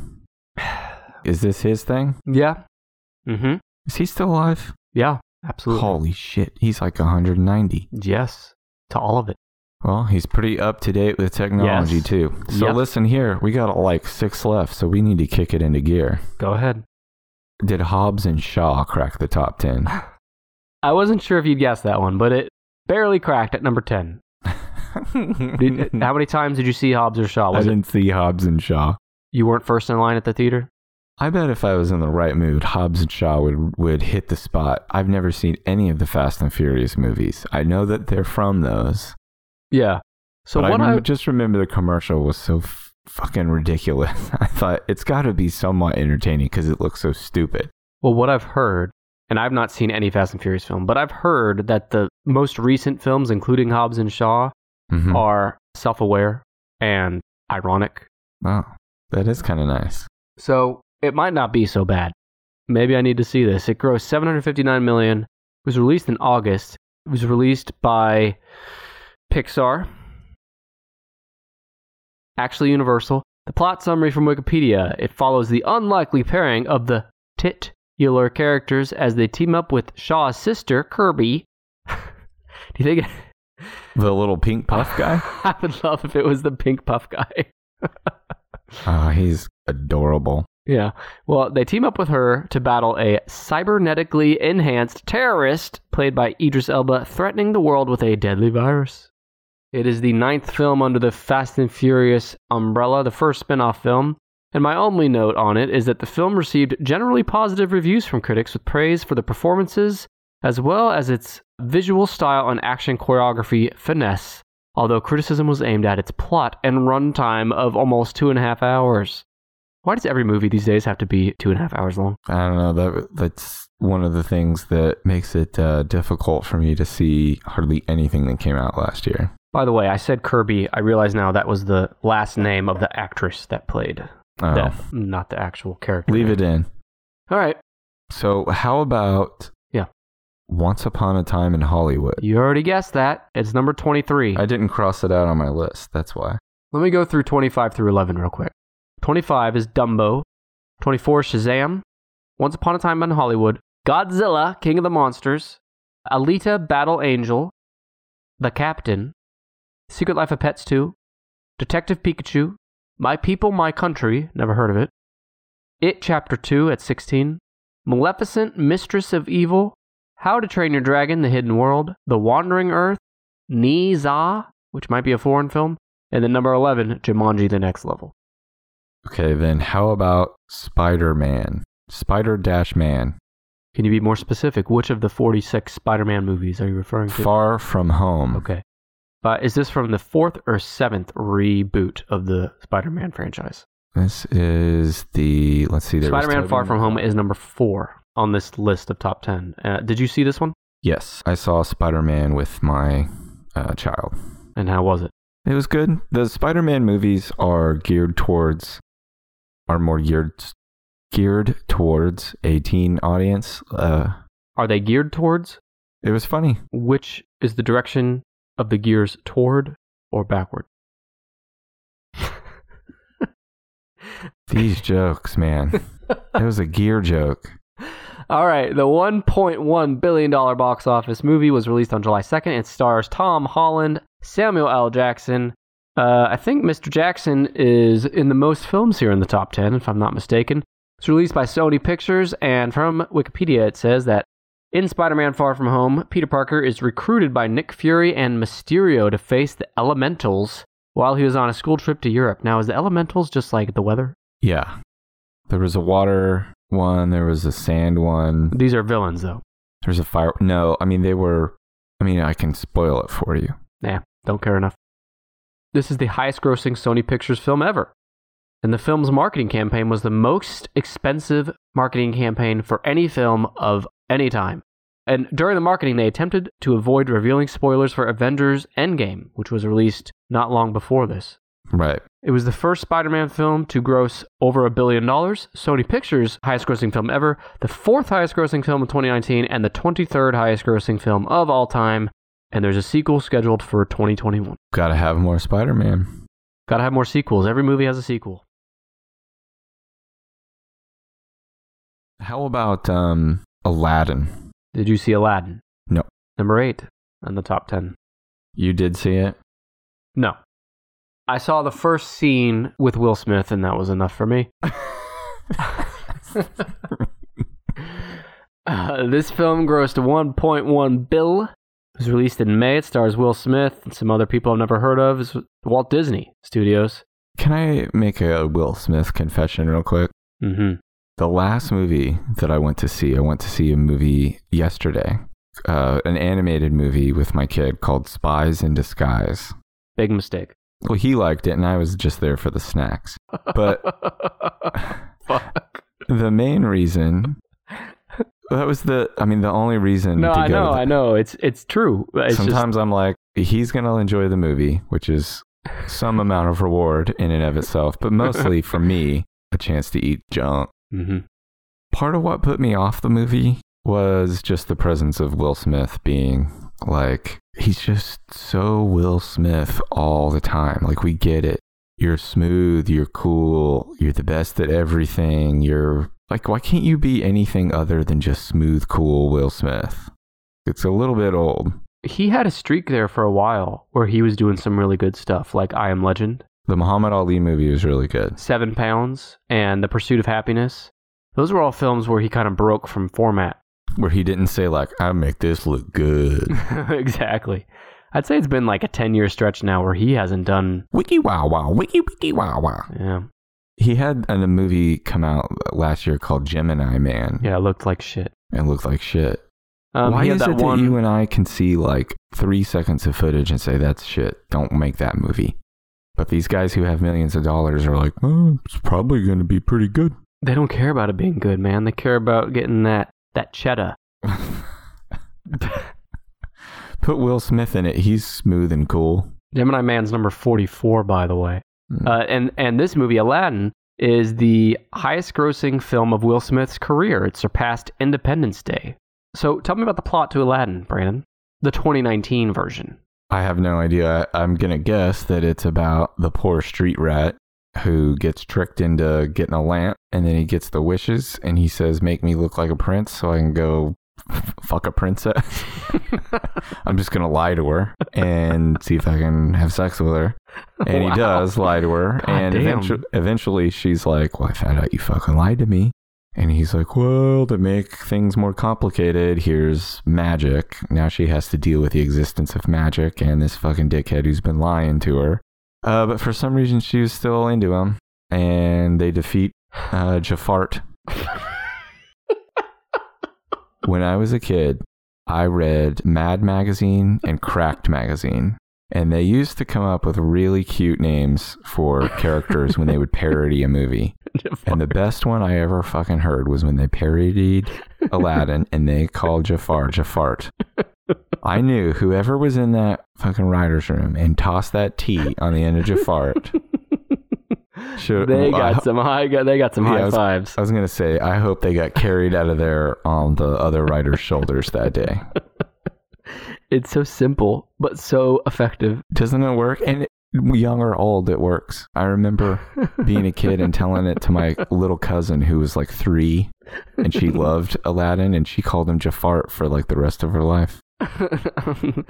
<sighs> Is this his thing? Yeah. Mm hmm. Is he still alive? Yeah. Absolutely. Holy shit, he's like 190. Yes. To all of it. Well, he's pretty up to date with technology Yes. too. So Yep. listen here, we got like six left, so we need to kick it into gear. Go ahead. Did Hobbs and Shaw crack the <laughs> top ten? I wasn't sure if you'd guess that one, but it barely cracked at number 10. uh, <laughs> Did, how many times did you see Hobbs or Shaw? I Was it, didn't see Hobbs and Shaw. you weren't first in line at the theater? I bet if I was in the right mood, Hobbs and Shaw would would hit the spot. I've never seen any of the Fast and Furious movies. I know that they're from those. Yeah. So but what I, I, remem- just remember the commercial was so f- fucking ridiculous. <laughs> I thought it's got to be somewhat entertaining because it looks so stupid. well what I've heard, and I've not seen any Fast and Furious film, but I've heard that the most recent films, including Hobbs and Shaw, Mhm. are self-aware and ironic. Wow, Oh, that is kind of nice. So it might not be so bad. Maybe I need to see this. It grossed 759 million. It was released in August. It was released by Pixar. Actually, Universal. The plot summary from Wikipedia. It follows the unlikely pairing of the titular characters as they team up with Shaw's sister, Kirby. <laughs> Do you <laughs> think The little pink puff <sighs> guy. I would love if it was the pink puff guy. oh, he's adorable. Yeah. Well, they team up with her to battle a cybernetically enhanced terrorist played by Idris Elba, threatening the world with a deadly virus. It is the ninth film under the Fast and Furious umbrella, the first spin off film. And my only note on it is that the film received generally positive reviews from critics with praise for the performances, as well as its visual style and action choreography finesse, although criticism was aimed at its plot and runtime of almost two and a half hours. Why does every movie these days have to be two and a half hours long? I don't know that that's one of the things that makes it uh, difficult for me to see hardly anything that came out last year. By the way, I said Kirby. I realize now that was the last name of the actress that played Oh, that, not the actual character. leave it in. All right. So how about Yeah. Once Upon a Time in Hollywood. You already guessed that. It's number 23. I didn't cross it out on my list. That's why. Let me go through 25 through 11 real quick. 25 is Dumbo. 24, Shazam. Once Upon a Time in Hollywood. Godzilla, King of the Monsters. Alita, Battle Angel. The Captain. Secret Life of Pets 2. Detective Pikachu. My People, My Country. Never heard of it. It Chapter 2 at 16. Maleficent, Mistress of Evil. How to Train Your Dragon, The Hidden World. The Wandering Earth. Ni Za, which might be a foreign film. And then number 11, Jumanji The Next Level. Okay, then how about Spider Man? Spider Dash Man. Can you be more specific? Which of the 46 Spider Man movies are you referring to? Far From Home. Okay. Uh, But is this from the fourth or seventh reboot of the Spider Man franchise? This is the let's see. There was Spider-Man: Far Tobey- From Home is number four on this list of top ten. Uh, did you see this one? Yes, I saw Spider-Man with my uh, child. And how was it? It was good. The Spider-Man movies are geared towards are more geared geared towards a teen audience. Uh, Are they geared towards? it was funny. Which is the direction of the gears toward or backward? These jokes, man. It was a gear joke. All right, the 1.1 billion dollar box office movie was released on July 2nd. It stars Tom Holland, Samuel L. Jackson. Uh, I think Mr. Jackson is in the most films here in the top 10, if I'm not mistaken. It's released by Sony Pictures, and from Wikipedia, it says that in Spider Man Far From Home, Peter Parker is recruited by Nick Fury and Mysterio to face the Elementals while he was on a school trip to Europe. Now, is the Elementals just like the weather? Yeah. There was a water one, there was a sand one, These are villains, though. there's a fire. No, I mean, they were. I mean, I can spoil it for you. Nah, don't care enough. This is the highest grossing Sony Pictures film ever. And the film's marketing campaign was the most expensive marketing campaign for any film of any time. And during the marketing, they attempted to avoid revealing spoilers for Avengers Endgame, which was released not long before this. Right. It was the first Spider Man film to gross over a billion dollars, Sony Pictures' highest grossing film ever, the fourth highest grossing film of 2019, and the 23rd highest grossing film of all time. And there's a sequel scheduled for 2021. Gotta have more Spider Man. Gotta have more sequels. Every movie has a sequel. How about um, Aladdin? Did you see Aladdin? No. Number eight in the top 10. You did see it? No. I saw the first scene with Will Smith, and that was enough for me. <laughs> Uh, this film grossed 1.1 bill. It was released in May. It stars Will Smith and some other people I've never heard of. It's Walt Disney Studios. Can I make a Will Smith confession real quick? Mm-hmm. The last movie that I went to see, I went to see a movie yesterday, uh, an animated movie with my kid called Spies in Disguise. Big <laughs> mistake. Well, he liked it, and I was just there for the snacks. <laughs> But Fuck. the main reason that was the, I mean, the only reason No, to I go. know, to the- I know. It's it's true. It's just, Sometimes I'm like, he's going to enjoy the movie, which is some amount of reward in and of itself, but mostly for me, a chance to eat junk. Mhm. Part of what put me off the movie was just the presence of Will Smith being like, he's just so Will Smith all the time. Like, we get it. You're smooth, you're cool, you're the best at everything. You're like, why can't you be anything other than just smooth, cool Will Smith? It's a little bit old. he had a streak there for a while where he was doing some really good stuff, like I Am Legend, The Muhammad Ali movie was really good. Seven Pounds, and The Pursuit of Happiness. Those were all films where he kind of broke from format. <laughs> where he didn't say like I make this <laughs> look good. exactly. I'd say it's been like a 10 year stretch now where he hasn't done. wiki wow wow, wiki wiki wow wow. Yeah. He had a movie come out last year called Gemini Man Yeah, it looked like shit. and looked like shit. Um, Why he is had that it one. that you and I can see like three seconds of footage and say that's shit? Don't make that movie. But these guys who have millions of dollars are like, oh, it's probably going to be pretty good. They don't care about it being good, man. They care about getting that, that cheddar. Put Will Smith in it. He's smooth and cool. Gemini Man's number 44, by the way. Mm. Uh, and, and this movie, Aladdin, is the highest grossing film of Will Smith's career. It surpassed Independence Day. So tell me about the plot to Aladdin, Brandon. The 2019 version. I have no idea. I- I'm going to guess that it's about the poor street rat who gets tricked into getting a lamp and then he gets the wishes and he says, Make me look like a prince so I can go <laughs> f- fuck a princess. <laughs> I'm just going to lie to her and see if I can have sex with her. And Wow. he does lie to her. God and damn. eventu- eventually she's like, Well, I found out you fucking lied to me. And he's like, Well, to make things more complicated, here's magic. Now she has to deal with the existence of magic and this fucking dickhead who's been lying to her. Uh, but for some reason, she was still into him. And they defeat uh, Jafart. when I was a kid, I read Mad Magazine and Cracked Magazine. And they used to come up with really cute names for characters when they would parody <laughs> a movie. And the best one I ever fucking heard was when they parodied Aladdin and they called Jafar Jafart. I knew whoever was in that fucking writer's room and tossed that T on the end of Jafart. should- they I- got some high. They got some Uh, <laughs> Yeah, I high was- fives. I was gonna say, I hope they got carried out of there on the other writer's shoulders that day. It's so simple, but so effective. Doesn't it work? And it, young or old, it works. I remember <laughs> being a kid and telling it to my little cousin who was like three, and <laughs> she loved Aladdin, and she called him Jafar for like the rest of her life. oh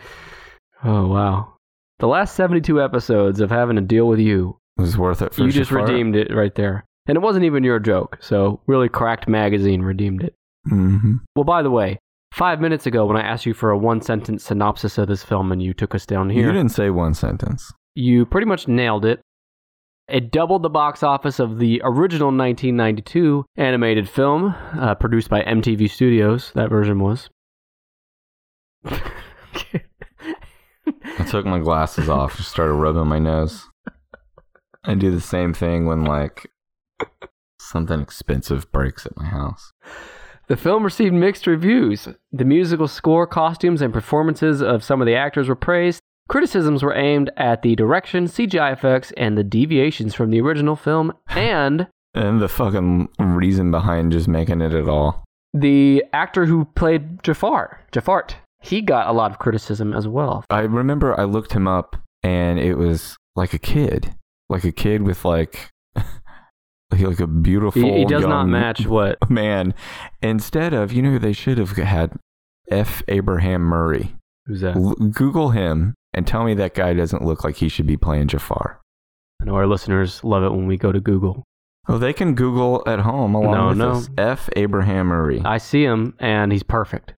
wow! The last seventy-two episodes of having to deal with you, It was worth it for you just Jafar. redeemed it right there, and it wasn't even your joke. So really, Cracked Magazine redeemed it. Mhm. Well, by the way, five minutes ago when I asked you for a one-sentence synopsis of this film, and you took us down You here, didn't say one sentence. you pretty much nailed it. It doubled the box office of the original 1992 animated film uh, produced by MTV Studios. That version was. I took my glasses off and started rubbing my nose. I do the same thing when like something expensive breaks at my house. The film received mixed reviews. The musical score, costumes, and performances of some of the actors were praised. Criticisms were aimed at the direction, CGI effects, and the deviations from the original film, and And the fucking reason behind just making it at all. the actor who played Jafar, Jafart. He got a lot of criticism as well. I remember I looked him up and it was like a kid. Like a kid with like <laughs> like a beautiful He, he does not young match what. <laughs> man. Instead of, you know who they should have had? F. Abraham Murray. Who's that? L- Google him and tell me that guy doesn't look like he should be playing Jafar. I know our listeners love it when we go to Google. Oh, they can Google at home along No, with no. us. F. Abraham Murray. I see him, and he's perfect.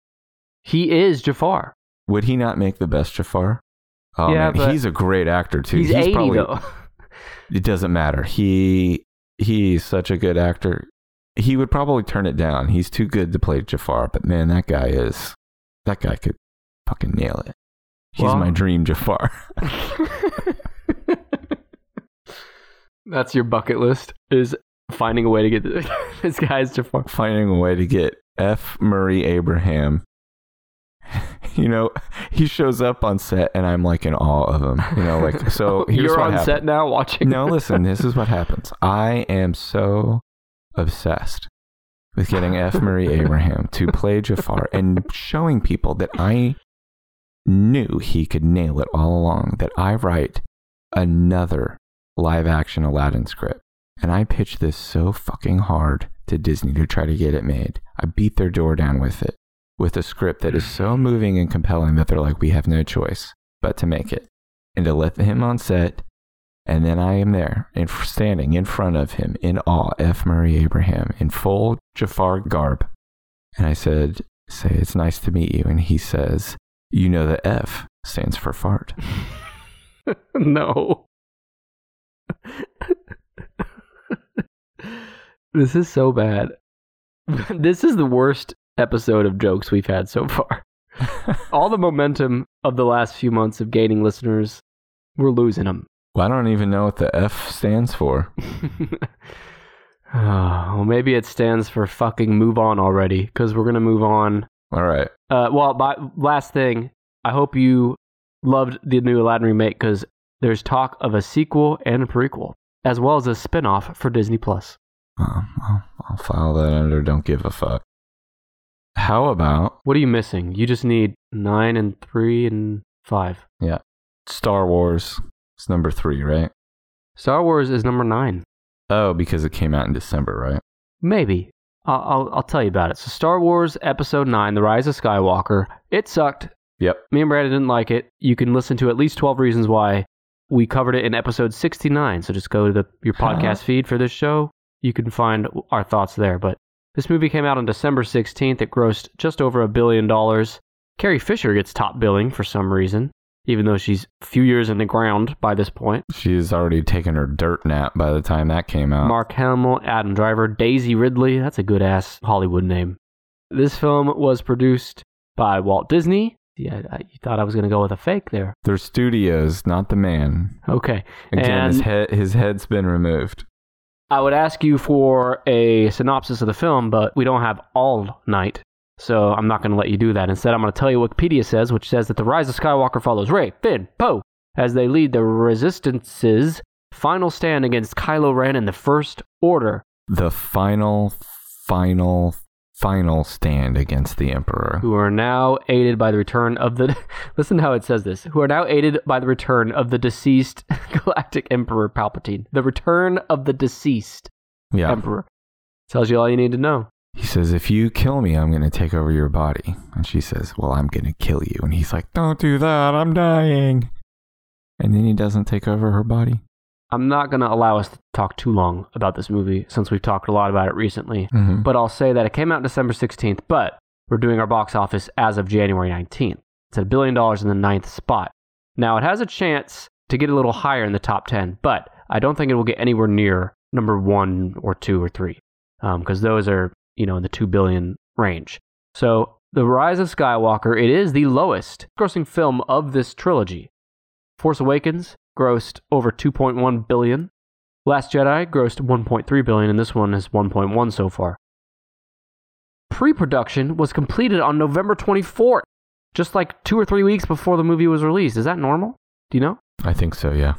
He is Jafar. Would he not make the best Jafar? Oh Yeah, man, but- he's a great actor too. he's, 80, probably <laughs> though. it doesn't matter. He he's such a good actor. He would probably turn it down. He's too good to play Jafar, but man, that guy is that guy could fucking nail it. He's Well- my dream Jafar. <laughs> That's your bucket list is finding a way to get this, <laughs> this guy's Jafar. Finding a way to get F. Murray Abraham. <laughs> You know, he shows up on set and I'm like in awe of him. You know, like so here's <laughs> You're what on happened. set now watching. No, listen, this is what happens. I am so obsessed with getting F. Murray Abraham to play Jafar and showing people that I knew he could nail it all along, that I write another live action Aladdin script. And I pitched this so fucking hard to Disney to try to get it made. I beat their door down with it, with a script that is so moving and compelling that they're like, we have no choice but to make it. And to let him on set and then I am there, and f- standing in front of him in awe, F. Murray Abraham, in full Jafar garb. And I said, Say, it's nice to meet you. And he says, You know the F stands for fart. no. this is so bad. <laughs> This is the worst episode of jokes we've had so far. All the momentum of the last few months of gaining listeners, we're losing <sighs> them. Well, I don't even know what the F stands for. oh, maybe it stands for fucking move on already, because we're gonna move on. All right. Uh, well, by, last thing, I hope you loved the new Aladdin remake because there's talk of a sequel and a prequel, as well as a spinoff for Disney Plus. Um, I'll, I'll file that under don't give a fuck. How about What are you missing? You just need nine and three and five. Star Wars? It's number three, right? Star Wars is number nine. Oh, because it came out in December, right? Maybe. I'll, I'll, I'll tell you about it. So, Star Wars Episode 9, The Rise of Skywalker. It sucked. Yep. Me and Brandon didn't like it. You can listen to at least 12 reasons why. We covered it in episode 69. So, just go to the, your Huh. podcast feed for this show. You can find our thoughts there. But this movie came out on December 16th. It grossed just over a billion dollars. Carrie Fisher gets top billing for some reason, even though she's a few years in the ground by this point. She's already taken her dirt nap by the time that came out. Mark Hamill, Adam Driver, Daisy Ridley. That's a good ass Hollywood name. This film was produced by Walt Disney Yeah, I- you thought I was going to go with a fake there. They're studios, not the man. Okay. Again, his And- head his head's been removed. I would ask you for a synopsis of the film, but we don't have all night, so I'm not going to let you do that. Instead, I'm going to tell you what Wikipedia says, which says that the rise of Skywalker follows Rey, Finn, Poe as they lead the Resistance's final stand against Kylo Ren and the First Order. The final, final, final stand against the Emperor. who are now aided by the return of the <laughs> listen to how it says this who are now aided by the return of the deceased <laughs> galactic emperor palpatine the return of the deceased Yeah. emperor tells you all you need to know He says, If you kill me, I'm going to take over your body. And she says, Well, I'm going to kill you. And he's like, Don't do that. I'm dying. And then he doesn't take over her body. i'm not going to allow us to talk too long about this movie since we've talked a lot about it recently Mm-hmm. but i'll say that it came out december 16th but we're doing our box office as of january 19th it's at a billion dollars in the ninth spot now it has a chance to get a little higher in the top 10 but i don't think it will get anywhere near number one or two or three because those are you know in the two billion range so the rise of skywalker it is the lowest grossing film of this trilogy force awakens grossed over 2.1 billion last jedi grossed 1.3 billion and this one is 1.1 so far pre-production was completed on november 24th just like two or three weeks before the movie was released is that normal do you know I think so, yeah.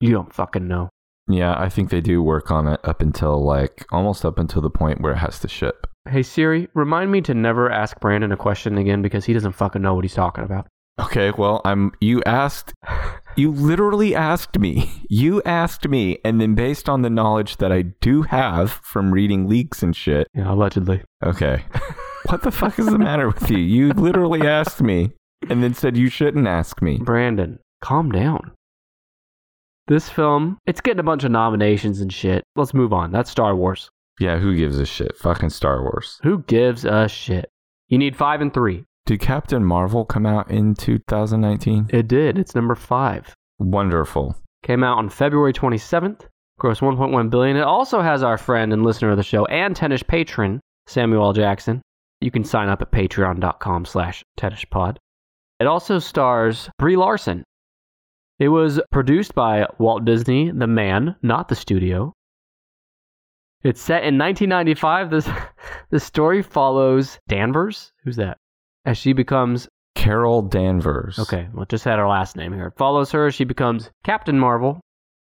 you don't fucking know Yeah, I think they do work on it up until like almost up until the point where it has to ship. Hey Siri, remind me to never ask Brandon a question again because he doesn't fucking know what he's talking about. Okay, well, I'm you asked you literally asked me. You asked me and then based on the knowledge that I do have from reading leaks and shit. Yeah, allegedly. Okay. <laughs> what the fuck is the matter with you? You literally asked me and then said you shouldn't ask me. Brandon, calm down. This film, it's getting a bunch of nominations and shit. Let's move on. That's Star Wars. Yeah, who gives a shit? Fucking Star Wars. Who gives a shit? You need five and three. Did Captain Marvel come out in 2019? It did. It's number five. Wonderful. Came out on February 27th. Gross 1.1 billion. It also has our friend and listener of the show and tennis patron, Samuel L. Jackson. You can sign up at patreon.com slash tennispod. It also stars Brie Larson. It was produced by Walt Disney, the man, not the studio. It's set in 1995. This, <laughs> the story follows Danvers. Who's that? As she becomes Carol Danvers. Okay, well, just had her last name here. It follows her. She becomes Captain Marvel.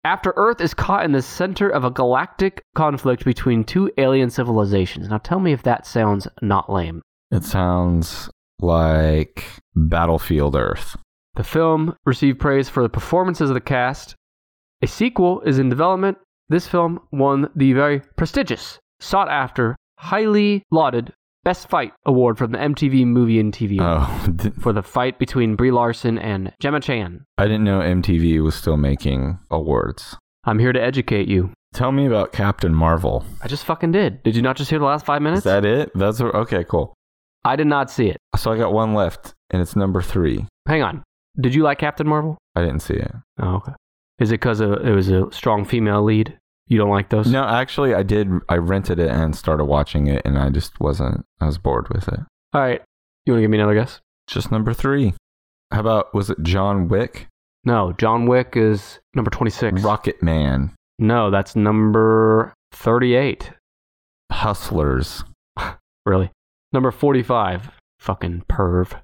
After Earth is caught in the center of a galactic conflict between two alien civilizations. Now, tell me if that sounds not lame. It sounds like Battlefield Earth. The film received praise for the performances of the cast. A sequel is in development. This film won the very prestigious, sought after, highly lauded Best Fight Award from the MTV Movie and TV Awards Oh, th- for the fight between Brie Larson and Gemma Chan. I didn't know MTV was still making awards. I'm here to educate you. Tell me about Captain Marvel. I just fucking did. Did you not just hear the last five minutes? Is that it? That's a, okay, cool. I did not see it. So I got one left, and it's number three. Hang on. Did you like Captain Marvel? I didn't see it. Oh, okay. Is it because it was a strong female lead? You don't like those? No, actually, I did. I rented it and started watching it, and I just wasn't. I was bored with it. All right. You want to give me another guess? Just number three. How about was it John Wick? No. John Wick is number 26. Rocket Man, No, that's number 38. Hustlers, Really? Number 45. Fucking perv.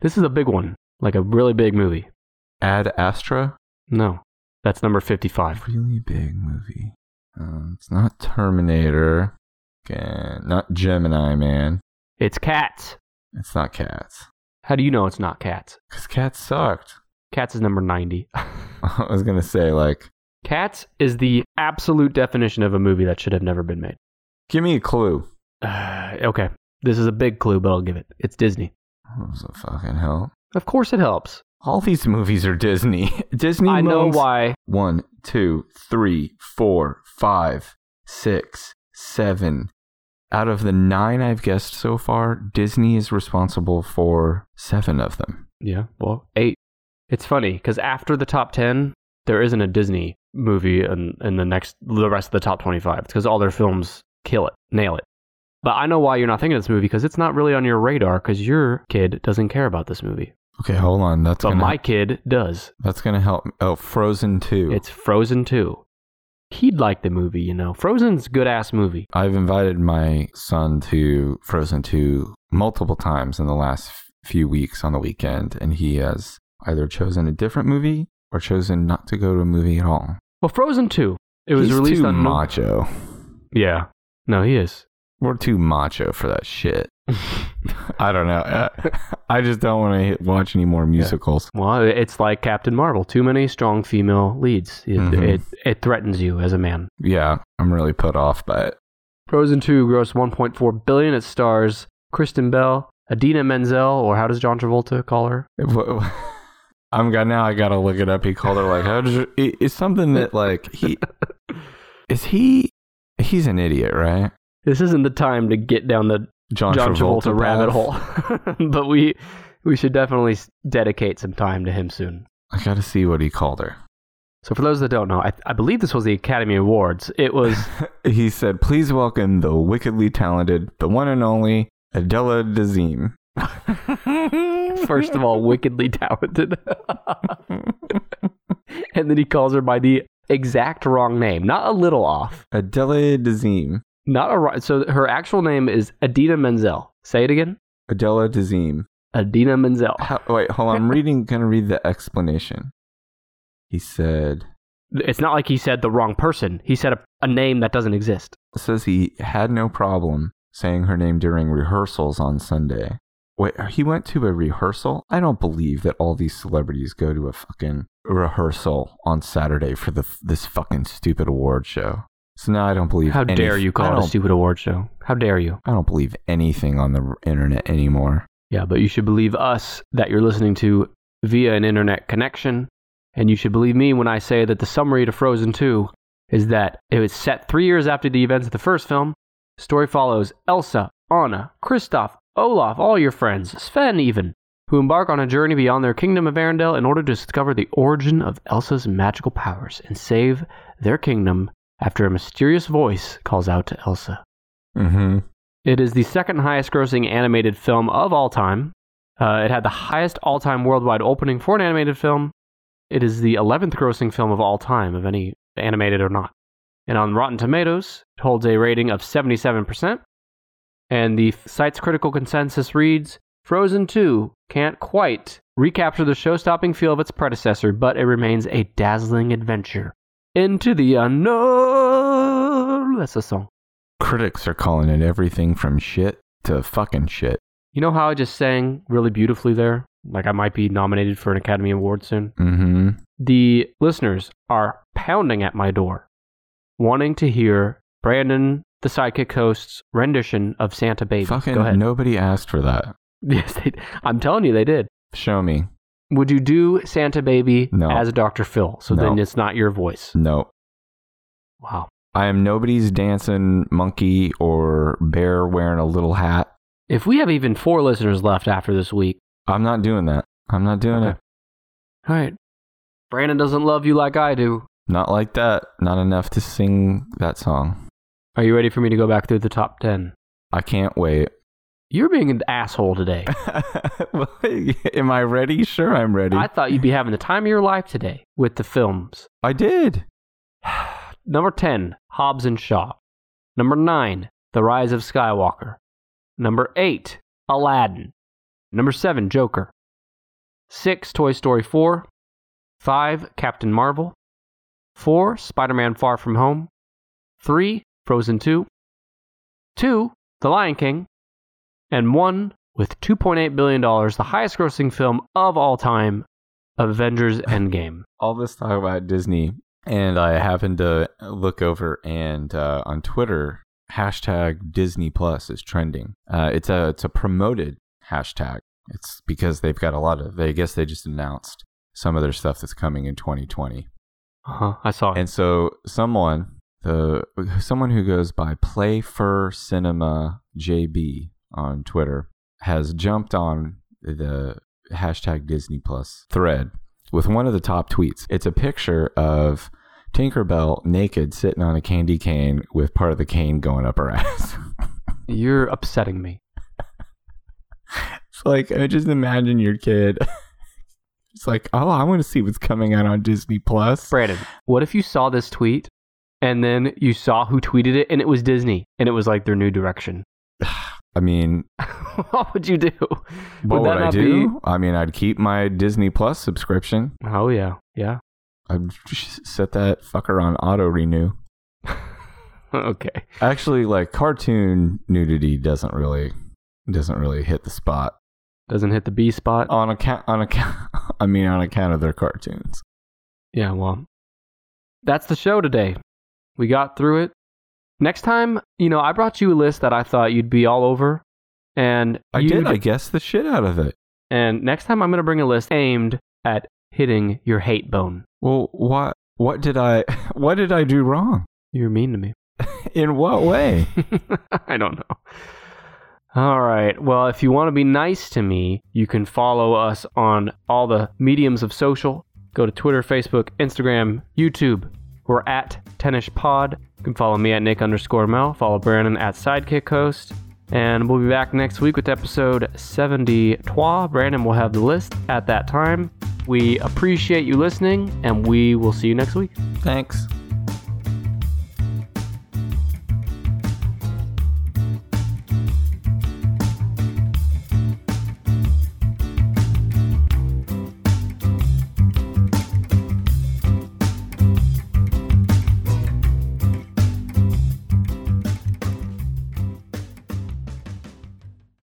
This is a big one. Like a really big movie. Ad Astra. No. That's number 55. Really big movie. Um, it's not Terminator. Okay, not Gemini Man. It's Cats. It's not Cats. How do you know it's not Cats? Cause Cats sucked. <laughs> Cats is number 90. I was gonna say like, Cats is the absolute definition of a movie that should have never been made. <sighs> give me a clue. Uh, okay. This is a big clue, but I'll give it. It's Disney. That was a fucking hell. Of course it helps. All these movies are Disney. <laughs> Disney. I know loans- why. One, two, three, four, five, six, seven. Out of the nine I've guessed so far, Disney is responsible for seven of them. Yeah, well, eight. It's funny because after the top 10, there isn't a Disney movie in, in the next, the rest of the top 25 because all their films kill it, nail it. But I know why you're not thinking of this movie because it's not really on your radar because your kid doesn't care about this movie. Okay, hold on. That's But gonna my kid does. that's gonna help. Oh, Frozen Two. It's Frozen 2. He'd like the movie, you know. Frozen's a good ass movie. I've invited my son to Frozen 2 multiple times in the last f- few weeks on the weekend, and he has either chosen a different movie or chosen not to go to a movie at all. Well, Frozen 2. It was He's released too on Nov- macho. Yeah. No, he is. We're too macho for <laughs> that shit. I don't know. Uh, I <laughs> just don't want to watch any more musicals. Well, it's like Captain Marvel. Too many strong female leads. It, Mhm. it, it threatens you as a man. Yeah, I'm really put off by it. Frozen 2 grossed 1.4 billion. It stars Kristen Bell, Adina Menzel, or how does John Travolta call her? Wha- I'm got now. I gotta look it up. He called her like how does your- it, it's something that like he is he he's an idiot, right? This isn't the time to get down the John, John Travolta, Travolta rabbit path. hole, <laughs> but we we should definitely s- dedicate some time to him soon. I gotta see what he called her. So for those that don't know, I, I believe this was the Academy Awards. It was He said, "Please welcome the wickedly talented, the one and only Adela <laughs> Dazeem." first of all wickedly talented, <laughs> and then he calls her by the exact wrong name, not a little off, Adela Dazeem. not a ri- so her actual name is Adina Menzel. Say it again, Adela Dazeem. Adina Menzel. How, wait, hold <laughs> on. I'm reading. Gonna read the explanation. He said, It's not like he said the wrong person. He said a, a name that doesn't exist. says he had no problem saying her name during rehearsals on Sunday. Wait, he went to a rehearsal? I don't believe that all these celebrities go to a fucking rehearsal on Saturday for the this fucking stupid award show. So now I don't believe. How any- dare you I call it a don't- stupid award show? How dare you? I don't believe anything on the r- internet anymore. Yeah, but you should believe us that you're listening to via an internet connection. And you should believe me when I say that the summary to Frozen 2 is that it was set three years after the events of the first film. Story follows Elsa, Anna, Kristoff, Olaf, all your friends, Sven even, who embark on a journey beyond their kingdom of Arendelle in order to discover the origin of Elsa's magical powers and save their kingdom after a mysterious voice calls out to Elsa. Mm-hmm. It is the second highest grossing animated film of all time. Uh, it had the highest all time worldwide opening for an animated film. It is the 11th grossing film of all time, of any animated or not. And on Rotten Tomatoes, it holds a rating of 77%. And the site's critical consensus reads Frozen 2 can't quite recapture the show stopping feel of its predecessor, but it remains a dazzling adventure. Into the unknown. That's a song. Critics are calling it everything from shit to fucking shit. You know how I just sang really beautifully there? Like I might be nominated for an Academy Award soon. Mm-hmm. The listeners are pounding at my door, wanting to hear Brandon, the sidekick host's rendition of Santa Baby. Go Fucking ahead. nobody asked for that. <laughs> Yes, they, I'm telling you, they did. Show me. Would you do Santa Baby No. as Dr. Phil? So then No. it's not your voice. No, Wow. I am nobody's dancing monkey or bear wearing a little hat. If we have even four listeners left after this week, I'm not doing that. I'm not doing Okay. it. all right. Brandon doesn't love you like I do. Not like that. Not enough to sing that song. Are you ready for me to go back through the top 10? I can't <laughs> wait. You're being an asshole today. <laughs> Am I ready? Sure, I'm ready. I thought you'd be having the time of your life today with the films. I did. Number 10, Hobbs and Shaw. Number 9, The Rise of Skywalker. Number 8, Aladdin. Number 7, Joker. 6, Toy Story 4. 5, Captain Marvel. 4, Spider Man Far From Home. 3, Frozen 2. 2, The Lion King. And 1, with $2.8 billion, the highest grossing film of all time, Avengers Endgame. All this talk about Disney, and I happened to look over and uh, on Twitter, hashtag Disney Plus is trending. Uh, it's a it's a promoted hashtag. It's because they've got a lot of. They I guess they just announced some of their stuff that's coming in 2020. Uh-huh, I saw it. And so someone the someone who goes by Play Fur Cinema JB on Twitter has jumped on the hashtag Disney Plus thread with one of the top tweets. It's a picture of Tinkerbell naked sitting on a candy cane with part of the cane going up her ass. <laughs> You're upsetting me. It's like I just imagine your kid. <laughs> It's like, oh, I want to see what's coming out on Disney Plus. Brandon, what if you saw this tweet and then you saw who tweeted it and it was Disney and it was like their new direction? <laughs> I mean, what would you do? what that would I not do? I mean, I'd keep my Disney Plus subscription. Oh, yeah. Yeah. I'd set that fucker on auto renew. <laughs> okay. Actually, like cartoon nudity doesn't really doesn't really hit the spot Doesn't hit the B spot. on account on account. <laughs> I mean, on account of their cartoons. Yeah, well, that's the show today. We got through it. Next time, you know, I brought you a list that I thought you'd be all over, and I you did. I guess the shit out of it. And next time, I'm gonna bring a list aimed at hitting your hate bone. Well, what what did I <laughs> what did I do wrong? You're mean to me. In what way? <laughs> I don't know. All right. Well, if you want to be nice to me, you can follow us on all the mediums of social. Go to Twitter, Facebook, Instagram, YouTube. We're at Tennish Pod. You can follow me at Nick underscore Mel. Follow Brandon at Sidekick Host. And we'll be back next week with episode 70 Trois. Brandon will have the list at that time. We appreciate you listening, and we will see you next week. Thanks.